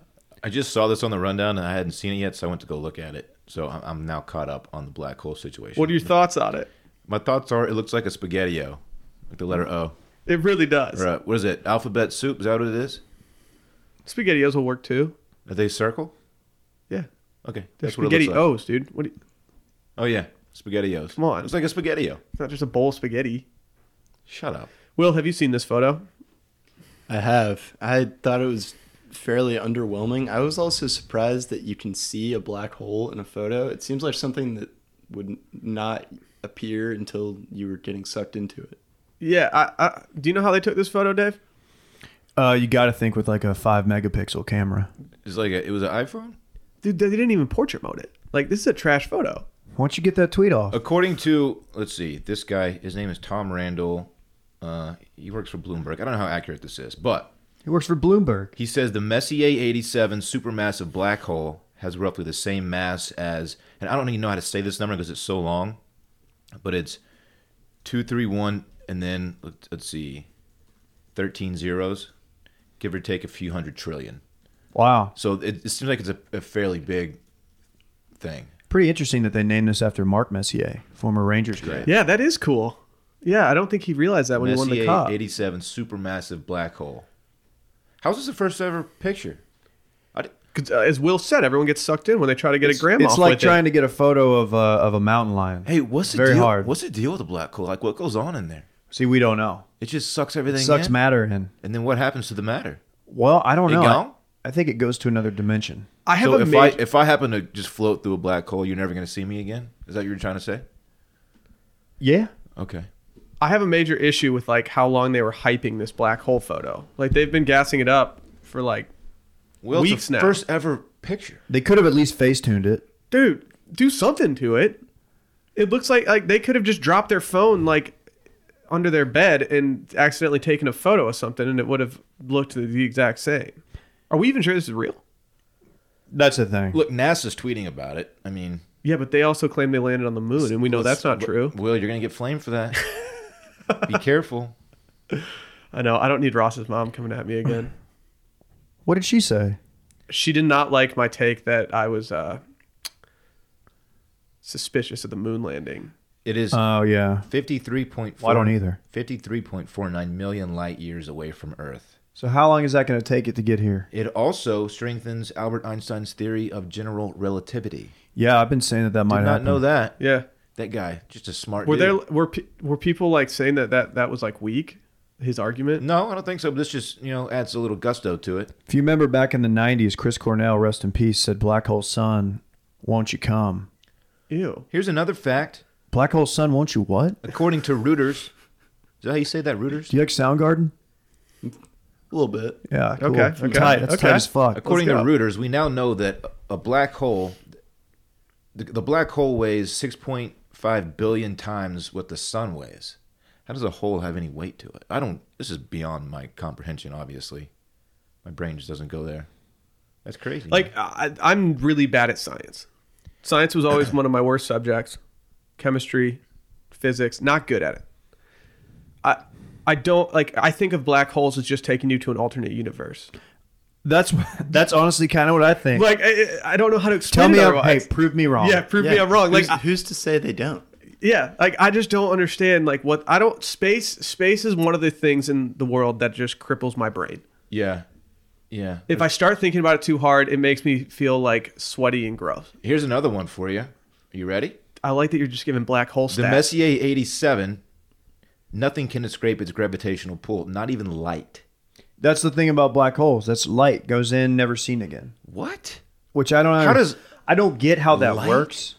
Speaker 3: I just saw this on the rundown and I hadn't seen it yet, so I went to go look at it. So I'm- I'm now caught up on the black hole situation.
Speaker 1: What are your thoughts on it?
Speaker 3: My thoughts are it looks like a spaghettio, like the letter O.
Speaker 1: It really does.
Speaker 3: Or, uh, what is it? Alphabet soup? Is that what it is?
Speaker 1: Spaghettios will work too.
Speaker 3: Are they circle?
Speaker 1: Yeah.
Speaker 3: Okay,
Speaker 1: They're
Speaker 3: what it
Speaker 1: spaghetti
Speaker 3: looks like.
Speaker 1: O's, dude. What do you,
Speaker 3: Oh yeah, spaghettios.
Speaker 1: Come on.
Speaker 3: it's like a spaghettio.
Speaker 1: it's not just a bowl of spaghetti.
Speaker 3: Shut up.
Speaker 1: Will, have you seen this photo?
Speaker 4: I have. I thought it was fairly underwhelming. I was also surprised that you can see a black hole in a photo. It seems like something that would not appear until you were getting sucked into it.
Speaker 1: Yeah. I, I, do you know how they took this photo, Dave?
Speaker 2: Uh, you got to think with like a five megapixel camera.
Speaker 3: It's like a, it was an iPhone.
Speaker 1: Dude, they didn't even portrait mode it. Like, this is a trash photo.
Speaker 2: Why don't you get that tweet off?
Speaker 3: According to let's see, this guy, his name is Tom Randall. Uh, he works for Bloomberg. I don't know how accurate this is, but
Speaker 2: It works for Bloomberg.
Speaker 3: He says the Messier 87 supermassive black hole has roughly the same mass as, and I don't even know how to say this number because it's so long, but it's 231 and then, let's, let's see, 13 zeros, give or take a few hundred trillion.
Speaker 2: Wow,
Speaker 3: So it, it seems like it's a, a fairly big thing.
Speaker 2: pretty interesting that they named this after Mark Messier, former Rangers great.
Speaker 1: Yeah, that is cool. Yeah, I don't think he realized that when he won the
Speaker 3: Messier
Speaker 1: cup.
Speaker 3: 87 supermassive black hole. How's this the first ever picture? I d-
Speaker 1: 'Cause, uh, as Will said, everyone gets sucked in when they try to get a gram
Speaker 2: it's
Speaker 1: off
Speaker 2: like
Speaker 1: with
Speaker 2: trying to get a photo of a, of a mountain lion.
Speaker 3: hey, what's the
Speaker 2: Very
Speaker 3: deal?
Speaker 2: hard.
Speaker 3: What's the deal with the black hole? Like, what goes on in there?
Speaker 2: See, we don't know.
Speaker 3: It just sucks everything.
Speaker 2: Sucks
Speaker 3: in.
Speaker 2: matter in.
Speaker 3: And then what happens to the matter?
Speaker 2: Well, I don't
Speaker 3: It
Speaker 2: know.
Speaker 3: gone?
Speaker 2: I, I think it goes to another dimension.
Speaker 1: It. I have
Speaker 3: so
Speaker 1: a
Speaker 3: if
Speaker 1: ma-
Speaker 3: I if I happen to just float through a black hole, you're never going to see me again. Is that what you're trying to say?
Speaker 2: Yeah.
Speaker 3: Okay.
Speaker 1: I have a major issue with like how long they were hyping this black hole photo. Like they've been gassing it up for like,
Speaker 3: Well,
Speaker 1: Weeks
Speaker 3: it's the
Speaker 1: now.
Speaker 3: first ever picture.
Speaker 2: They could have at least face tuned it.
Speaker 1: dude, do something to it. It looks like like they could have just dropped their phone like under their bed and accidentally taken a photo of something, and it would have looked the exact same. Are we even sure this is real?
Speaker 2: That's the thing.
Speaker 3: Look, NASA's tweeting about it. I mean,
Speaker 1: Yeah, but they also claim they landed on the moon, and we know
Speaker 3: let's-
Speaker 1: that's not
Speaker 3: Wi-
Speaker 1: true.
Speaker 3: Will, you're going to get flamed
Speaker 2: [laughs]
Speaker 3: for that. Be careful.
Speaker 1: I know. I don't need Ross's mom coming at me [laughs] again.
Speaker 2: What did she say?
Speaker 1: she did not like my take that I was uh, suspicious of the moon landing.
Speaker 3: It is
Speaker 2: Oh yeah.
Speaker 3: 53.4
Speaker 2: Well, I don't either.
Speaker 3: 53.49 million light years away from Earth.
Speaker 2: So how long is that going to take it to get here?
Speaker 3: It also strengthens Albert Einstein's theory of general relativity.
Speaker 2: Yeah, I've been saying that that might
Speaker 3: Did not
Speaker 2: happen.
Speaker 3: know that.
Speaker 1: Yeah.
Speaker 3: That guy, just a smart
Speaker 1: Were
Speaker 3: dude.
Speaker 1: there were pe- were people like saying that that that was like weak? His argument.
Speaker 3: No, I don't think so. But this just, you know, adds a little gusto to it.
Speaker 2: If you remember back in the '90s, Chris Cornell, rest in peace, said, "Black hole sun, won't you come?
Speaker 1: Ew.
Speaker 3: Here's another fact.
Speaker 2: Black hole sun, won't you what?
Speaker 3: According to Reuters, is that how you say that, Reuters?
Speaker 2: Do you like Soundgarden?
Speaker 4: A little bit.
Speaker 2: Yeah. Cool.
Speaker 1: Okay,
Speaker 2: That's
Speaker 1: okay,
Speaker 2: tight. That's
Speaker 1: okay.
Speaker 2: tight as fuck.
Speaker 3: According to
Speaker 1: Let's go.
Speaker 3: Reuters, we now know that a black hole, the, the black hole weighs 6.5 billion times what the sun weighs. How does a hole have any weight to it? I don't. This is beyond my comprehension. Obviously, my brain just doesn't go there. That's crazy.
Speaker 1: Like I, I'm really bad at science. Science was
Speaker 2: [clears throat]
Speaker 1: always one of my worst subjects. Chemistry, physics, not good at it. I I don't like. I think of black holes as just taking you to an alternate universe.
Speaker 2: That's [laughs] that's honestly kind of what I think.
Speaker 1: Like I, I I don't know how to
Speaker 2: Tell
Speaker 1: explain.
Speaker 2: me,
Speaker 1: it
Speaker 2: I'm, hey,
Speaker 1: otherwise.
Speaker 2: prove me wrong.
Speaker 1: yeah, prove me I'm wrong. Like
Speaker 4: who's, who's to say they don't?
Speaker 1: yeah like i just don't understand like what i don't space space is one of the things in the world that just cripples my brain
Speaker 3: yeah, yeah.
Speaker 1: if i start thinking about it too hard it makes me feel like sweaty and gross
Speaker 3: Here's another one for you. Are you ready?
Speaker 1: i like that you're just giving black hole
Speaker 3: The
Speaker 1: stats
Speaker 3: Messier 87. Nothing can escape its gravitational pull. Not even light.
Speaker 2: That's the thing about black holes. That's light goes in, never seen again.
Speaker 3: What?
Speaker 2: Which I don't.
Speaker 3: How does-
Speaker 2: I don't get how that
Speaker 3: Light?
Speaker 2: works?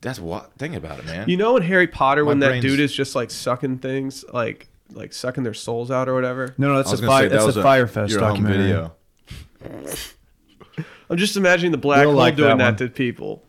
Speaker 3: That's what. Think about it,
Speaker 1: [laughs]
Speaker 3: man.
Speaker 1: you know in harry potter
Speaker 3: My
Speaker 1: when that
Speaker 3: brain's-
Speaker 1: dude is just like sucking things like like sucking their souls out or whatever
Speaker 2: No, no,
Speaker 3: I
Speaker 2: that's
Speaker 3: was
Speaker 2: a
Speaker 3: gonna
Speaker 2: fire.
Speaker 3: say that
Speaker 2: That's
Speaker 3: was
Speaker 2: a Firefest
Speaker 3: your home
Speaker 2: documentary.
Speaker 1: i'm just imagining the black
Speaker 2: We'll
Speaker 1: hole
Speaker 2: like
Speaker 1: doing
Speaker 2: that
Speaker 1: that, to
Speaker 2: one.
Speaker 1: people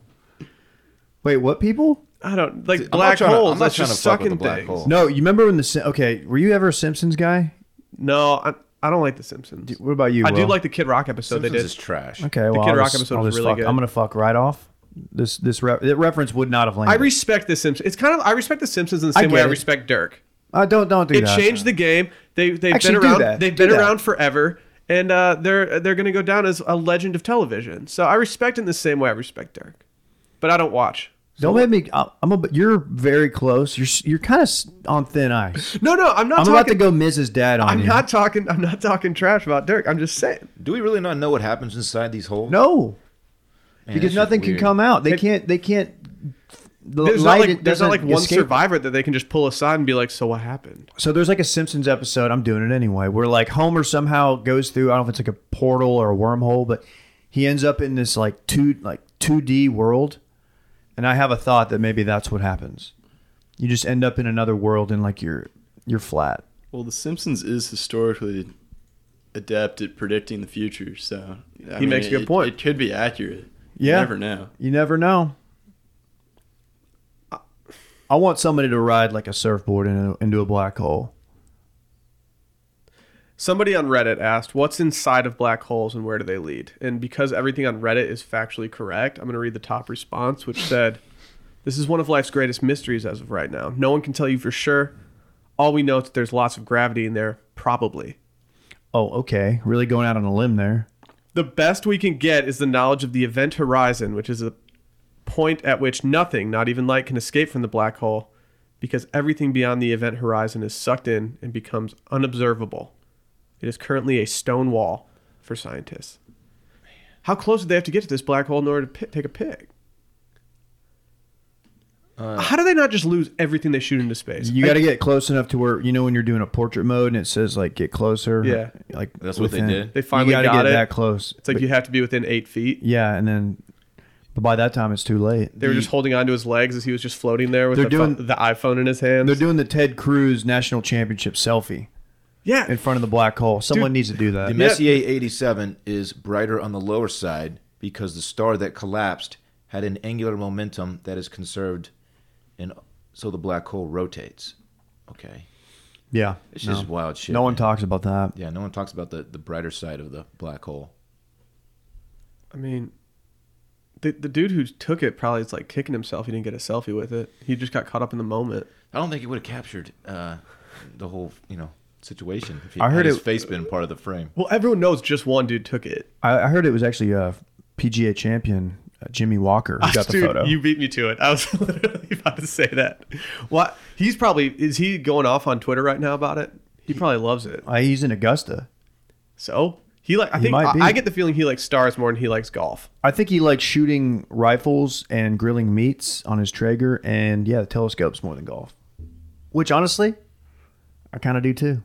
Speaker 2: Wait, what people?
Speaker 1: i don't like
Speaker 3: I'm not
Speaker 1: black
Speaker 3: trying to- I'm
Speaker 1: holes
Speaker 3: not
Speaker 1: that's
Speaker 3: trying
Speaker 1: just
Speaker 3: to fuck with
Speaker 1: sucking
Speaker 3: the black
Speaker 1: things
Speaker 3: hole.
Speaker 2: No, you remember when the Sim- okay? Were you ever a Simpsons guy?
Speaker 1: no I, I don't like the simpsons
Speaker 2: What about you?
Speaker 1: i do
Speaker 2: Will?
Speaker 1: like the kid rock episode
Speaker 3: Simpsons
Speaker 1: they did
Speaker 3: is trash.
Speaker 2: Okay,
Speaker 1: the
Speaker 2: well,
Speaker 1: Kid
Speaker 2: I'll
Speaker 1: Rock
Speaker 2: just-
Speaker 1: episode
Speaker 2: I'll
Speaker 1: was
Speaker 2: just
Speaker 1: really
Speaker 2: fuck-
Speaker 1: good.
Speaker 2: I'm gonna fuck right off. This this re- that reference would not have landed.
Speaker 1: I respect the Simpsons. It's kind of I respect the Simpsons in the
Speaker 2: I
Speaker 1: same way
Speaker 2: get
Speaker 1: I
Speaker 2: it.
Speaker 1: respect Dirk.
Speaker 2: Uh, don't don't do
Speaker 1: It
Speaker 2: that.
Speaker 1: changed the game. They they've
Speaker 2: Actually,
Speaker 1: been
Speaker 2: do
Speaker 1: around.
Speaker 2: that.
Speaker 1: They've
Speaker 2: Do
Speaker 1: been
Speaker 2: that.
Speaker 1: around forever, and uh, they're they're gonna go down as a legend of television. So I respect in the same way I respect Dirk, but I don't watch.
Speaker 2: Don't make me. I- I'm a. bit- You're very close. You're s- you're kind of on thin ice.
Speaker 1: No, no, I'm not
Speaker 2: I'm about
Speaker 1: talking.
Speaker 2: to go Mrs. Dad on
Speaker 1: I'm
Speaker 2: you.
Speaker 1: not talking. I'm not talking trash about Dirk. I'm just saying.
Speaker 3: Do we really not know what happens inside these holes?
Speaker 2: No,
Speaker 3: Man,
Speaker 2: because
Speaker 3: that's
Speaker 2: nothing
Speaker 3: just
Speaker 2: can
Speaker 3: weird.
Speaker 2: come out. They can't. They can't. The
Speaker 1: There's not
Speaker 2: light
Speaker 1: like there's
Speaker 2: doesn't
Speaker 1: not like one
Speaker 2: escape.
Speaker 1: survivor that they can just pull aside and be like, so what happened?
Speaker 2: So there's like a Simpsons episode. I'm doing it anyway. Where like Homer somehow goes through. I don't know if it's like a portal or a wormhole, but he ends up in this like two like two D world. And I have a thought that maybe that's what happens. You just end up in another world and like you're you're flat.
Speaker 4: Well, The Simpsons is historically adept at predicting the future, so I
Speaker 1: He makes a good
Speaker 4: it-
Speaker 1: point.
Speaker 4: It could be accurate.
Speaker 2: Yeah.
Speaker 4: you never know.
Speaker 2: You never know. I- I want somebody to ride like a surfboard into, into a black hole.
Speaker 1: Somebody on Reddit asked, "What's inside of black holes and where do they lead?" And because everything on Reddit is factually correct, I'm going to read the top response, which said, "This is one of life's greatest mysteries as of right now. No one can tell you for sure. All we know is that there's lots of gravity in there, probably.
Speaker 2: Oh, okay. Really going out on a limb there.
Speaker 1: The best we can get is the knowledge of the event horizon, which is a point at which nothing, not even light, can escape from the black hole because everything beyond the event horizon is sucked in and becomes unobservable. It is currently a stone wall for scientists. How close do they have to get to this black hole in order to pi take a pic? How do they not just lose everything they shoot into space?
Speaker 2: Uh, You got to get close enough to where you know when you're doing a portrait mode and it says like get closer.
Speaker 1: Yeah.
Speaker 2: like
Speaker 3: That's what they did?
Speaker 1: They finally
Speaker 2: you gotta
Speaker 1: got
Speaker 2: get
Speaker 1: it.
Speaker 2: that close.
Speaker 1: it's like you have to be within eight feet.
Speaker 2: yeah, and then but by that time it's too late.
Speaker 1: They were just holding onto his legs as he was just floating there with
Speaker 2: They're
Speaker 1: the, pho-
Speaker 2: doing-
Speaker 1: the iPhone in his hand.
Speaker 2: They're doing the Ted Cruz National Championship selfie
Speaker 1: yeah,
Speaker 2: in front of the black hole. Someone needs to do that.
Speaker 3: The Messier 87 is brighter on the lower side because the star that collapsed had an angular momentum that is conserved, and so the black hole rotates. Okay,
Speaker 2: yeah,
Speaker 3: it's
Speaker 2: no.
Speaker 3: just wild shit.
Speaker 2: no one
Speaker 3: man.
Speaker 2: talks about that.
Speaker 3: Yeah, no one talks about the, the brighter side of the black hole.
Speaker 1: I mean, the the dude who took it probably is like kicking himself. He didn't get a selfie with it. He just got caught up in the moment.
Speaker 3: I don't think it would have captured uh, the whole you know situation. If he
Speaker 2: I
Speaker 3: had
Speaker 2: heard
Speaker 3: his
Speaker 2: it-
Speaker 3: face been part of the frame.
Speaker 1: Well, everyone knows just one dude took it.
Speaker 2: I, I heard it was actually uh, PGA champion uh, Jimmy Walker
Speaker 1: [laughs]
Speaker 2: who got the
Speaker 1: Dude,
Speaker 2: photo.
Speaker 1: You beat me to it. I was [laughs] literally about to say that. What? He's probably is he going off on Twitter right now about it? He probably loves it.
Speaker 2: Uh, he's in Augusta.
Speaker 1: So he like I
Speaker 2: He
Speaker 1: think
Speaker 2: might
Speaker 1: I,
Speaker 2: be.
Speaker 1: I get the feeling he likes stars more than he likes golf.
Speaker 2: I think he likes shooting rifles and grilling meats on his Traeger, and yeah, telescopes more than golf. Which honestly, I kind of do too.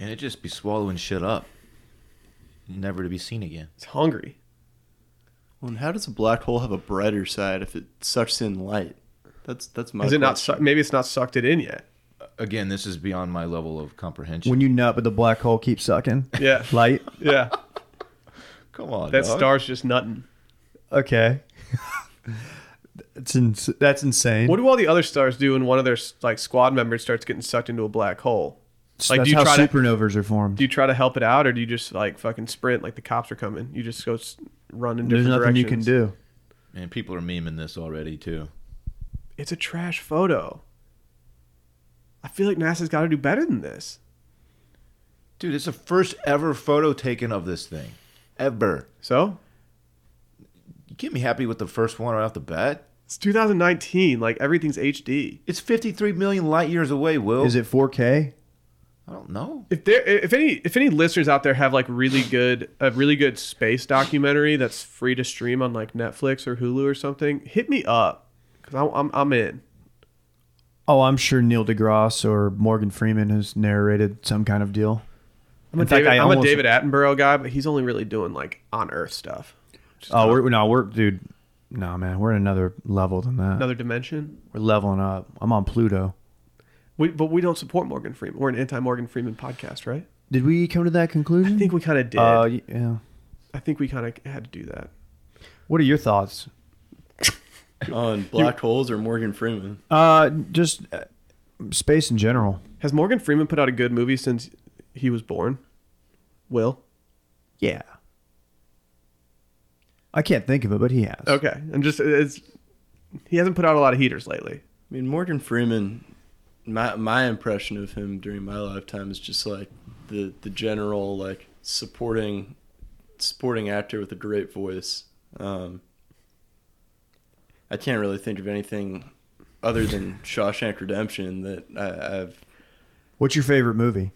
Speaker 3: And it'd just be swallowing shit up. Never to be seen again.
Speaker 1: He's hungry.
Speaker 4: Well, and how does a black hole have a brighter side if it sucks in light? That's that's my.
Speaker 1: Is it not?
Speaker 4: question.
Speaker 1: Su- maybe it's not sucked it in yet.
Speaker 3: Again, this is beyond my level of comprehension.
Speaker 2: When you nut, but the black hole
Speaker 1: [laughs]
Speaker 2: keeps sucking [laughs]
Speaker 1: Yeah.
Speaker 2: light.
Speaker 1: Yeah,
Speaker 3: Come on,
Speaker 1: that
Speaker 3: dog.
Speaker 1: star's just nutting.
Speaker 2: Okay, that's ins- that's insane.
Speaker 1: What do all the other stars do when one of their like squad members starts getting sucked into a black hole? Like,
Speaker 2: that's
Speaker 1: do you
Speaker 2: how
Speaker 1: try to-
Speaker 2: supernovas are formed.
Speaker 1: Do you try to help it out, or do you just like fucking sprint like the cops are coming? You just go s- run in
Speaker 2: There's
Speaker 1: different
Speaker 2: nothing you can
Speaker 1: directions?
Speaker 2: do.
Speaker 3: Man, people are memeing this already too.
Speaker 1: It's a trash photo. I feel like NASA's got to do better than this.
Speaker 3: Dude, it's the first ever photo taken of this thing. Ever.
Speaker 1: So
Speaker 3: You can't be happy with the first one right off the bat.
Speaker 1: it's 2019. Like everything's HD.
Speaker 3: It's 53 million light years away, Will.
Speaker 2: Is it 4K?
Speaker 3: I don't know.
Speaker 1: If there, if any, if any listeners out there have like really good, a really good space documentary that's free to stream on like Netflix or Hulu or something, hit me up because I'm, I'm in.
Speaker 2: Oh, I'm sure Neil deGrasse or Morgan Freeman has narrated some kind of deal.
Speaker 1: I'm, a
Speaker 2: In fact,
Speaker 1: David,
Speaker 2: I
Speaker 1: I'm a
Speaker 2: almost-
Speaker 1: David Attenborough guy, but he's only really doing like on Earth stuff.
Speaker 2: Oh, we're no, we're dude. No, man, we're in another level than that.
Speaker 1: Another dimension.
Speaker 2: We're leveling up. I'm on Pluto.
Speaker 1: We, but we don't support Morgan Freeman. We're an anti Morgan Freeman podcast, right?
Speaker 2: Did we come to that conclusion?
Speaker 1: I think we kind of did.
Speaker 2: Uh, y- yeah.
Speaker 1: I think we kind of had to do that.
Speaker 2: What are your thoughts?
Speaker 4: on black holes or Morgan Freeman?
Speaker 2: Uh, just uh, space in general.
Speaker 1: Has Morgan Freeman put out a good movie since he was born? Will.
Speaker 2: Yeah. I can't think of it, but he has.
Speaker 1: Okay, I'm just it's he hasn't put out a lot of heaters lately.
Speaker 4: I mean, Morgan Freeman. My my impression of him during my lifetime is just like the the general like supporting supporting actor with a great voice. Um, I can't really think of anything other than Shawshank Redemption that I, I've
Speaker 2: What's your favorite movie?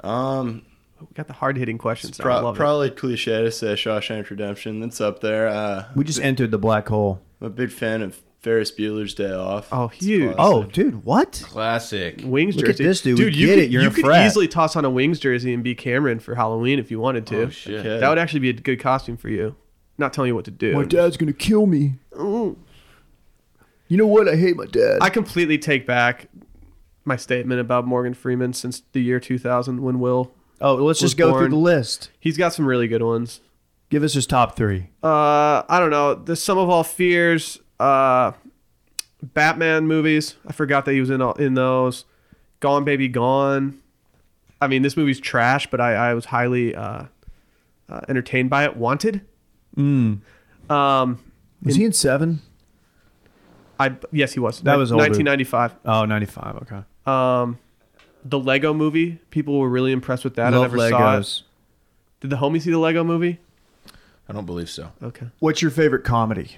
Speaker 4: um
Speaker 1: We got the hard hitting questions.
Speaker 4: It's
Speaker 1: now. I
Speaker 4: pro-
Speaker 1: love it.
Speaker 4: probably cliche to say Shawshank Redemption. That's up there. Uh,
Speaker 2: We just entered the black hole.
Speaker 4: I'm a big fan of Ferris Bueller's Day Off.
Speaker 1: Oh,
Speaker 4: It's
Speaker 1: huge.
Speaker 4: classic.
Speaker 2: Oh, dude, what?
Speaker 3: Classic.
Speaker 1: Wings
Speaker 2: Look at
Speaker 1: jersey.
Speaker 2: this dude. We
Speaker 1: you
Speaker 2: get
Speaker 1: could,
Speaker 2: it. You're
Speaker 1: you
Speaker 2: a
Speaker 1: could
Speaker 2: frat.
Speaker 1: easily toss on a Wings jersey and be Cameron for Halloween if you wanted to.
Speaker 3: Oh, shit.
Speaker 4: Okay.
Speaker 1: That would actually be a good costume for you. Not telling you what to do. Mm.
Speaker 2: dad's gonna kill me. You know what? I hate my dad.
Speaker 1: I completely take back my statement about Morgan Freeman since the year 2000 when Will.
Speaker 2: oh,
Speaker 1: was
Speaker 2: let's just go through
Speaker 1: born-
Speaker 2: the list.
Speaker 1: He's got some really good ones.
Speaker 2: Give us his top three.
Speaker 1: Uh, I don't know. The Sum of All Fears, uh, Batman movies. I forgot that he was in all, in those. Gone Baby Gone. I mean, this movie's trash, but I, I was highly uh, uh, entertained by it. Wanted.
Speaker 2: Mm.
Speaker 1: Um,
Speaker 2: Was he in seven?
Speaker 1: I yes, he was.
Speaker 2: That was older.
Speaker 1: 1995.
Speaker 2: Oh, 95. Okay.
Speaker 1: Um, the Lego movie. People were really impressed with that. I
Speaker 2: Love
Speaker 1: never saw it.
Speaker 2: Legos.
Speaker 1: Did the homie see the Lego movie?
Speaker 3: I don't believe so.
Speaker 1: Okay.
Speaker 2: What's your favorite comedy?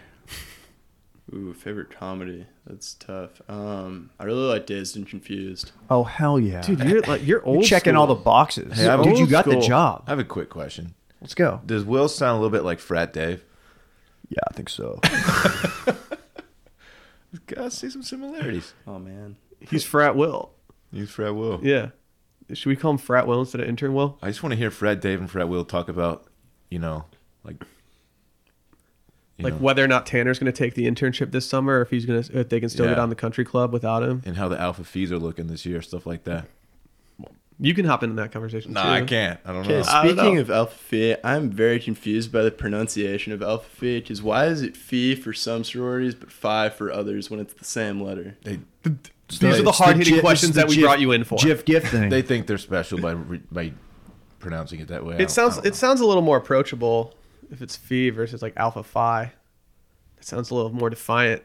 Speaker 4: Ooh, favorite comedy. That's tough. Um, I really like Dazed and Confused.
Speaker 2: Oh hell yeah,
Speaker 1: Dude, you're like you're old.
Speaker 2: You're checking
Speaker 1: school.
Speaker 2: all the boxes.
Speaker 3: Hey, I'm
Speaker 2: Dude, you
Speaker 3: old
Speaker 2: got the
Speaker 3: school. I
Speaker 2: job.
Speaker 3: have a quick question.
Speaker 2: Let's go.
Speaker 3: Does Will sound a little bit like Frat Dave?
Speaker 2: Yeah, I think so.
Speaker 3: I see some similarities.
Speaker 4: Oh man.
Speaker 1: He's frat Will.
Speaker 3: He's Frat Will.
Speaker 1: Yeah. Should we call him frat Will instead of intern Will?
Speaker 3: I just want to hear Frat Dave and Frat Will talk about, you know, like, you
Speaker 1: Like
Speaker 3: know,
Speaker 1: whether or not Tanner's going to take the internship this summer, or if he's going to, if they can still get
Speaker 3: Yeah.
Speaker 1: on the country club without him.
Speaker 3: and how the alpha fees are looking this year, stuff like that.
Speaker 1: You can hop into that conversation.
Speaker 3: Nah,
Speaker 1: too.
Speaker 3: I can't. I don't
Speaker 4: Okay,
Speaker 3: know.
Speaker 1: I don't
Speaker 4: speaking
Speaker 1: know.
Speaker 4: of Alpha Phi, I'm very confused by the pronunciation of Alpha Phi because why is it Phi for some sororities but Phi for others when it's the same letter?
Speaker 3: They
Speaker 1: [laughs] These are the
Speaker 2: It's
Speaker 1: hard-hitting
Speaker 2: GIF-
Speaker 1: questions
Speaker 2: it's the
Speaker 1: that we
Speaker 2: GIF-
Speaker 1: brought you in for.
Speaker 2: GIF gift thing.
Speaker 3: they think they're special by re- by pronouncing it that way. I
Speaker 1: It
Speaker 3: don't-
Speaker 1: sounds
Speaker 3: I don't
Speaker 1: it sounds a little more approachable if it's phi versus like alpha phi. It sounds a little more defiant,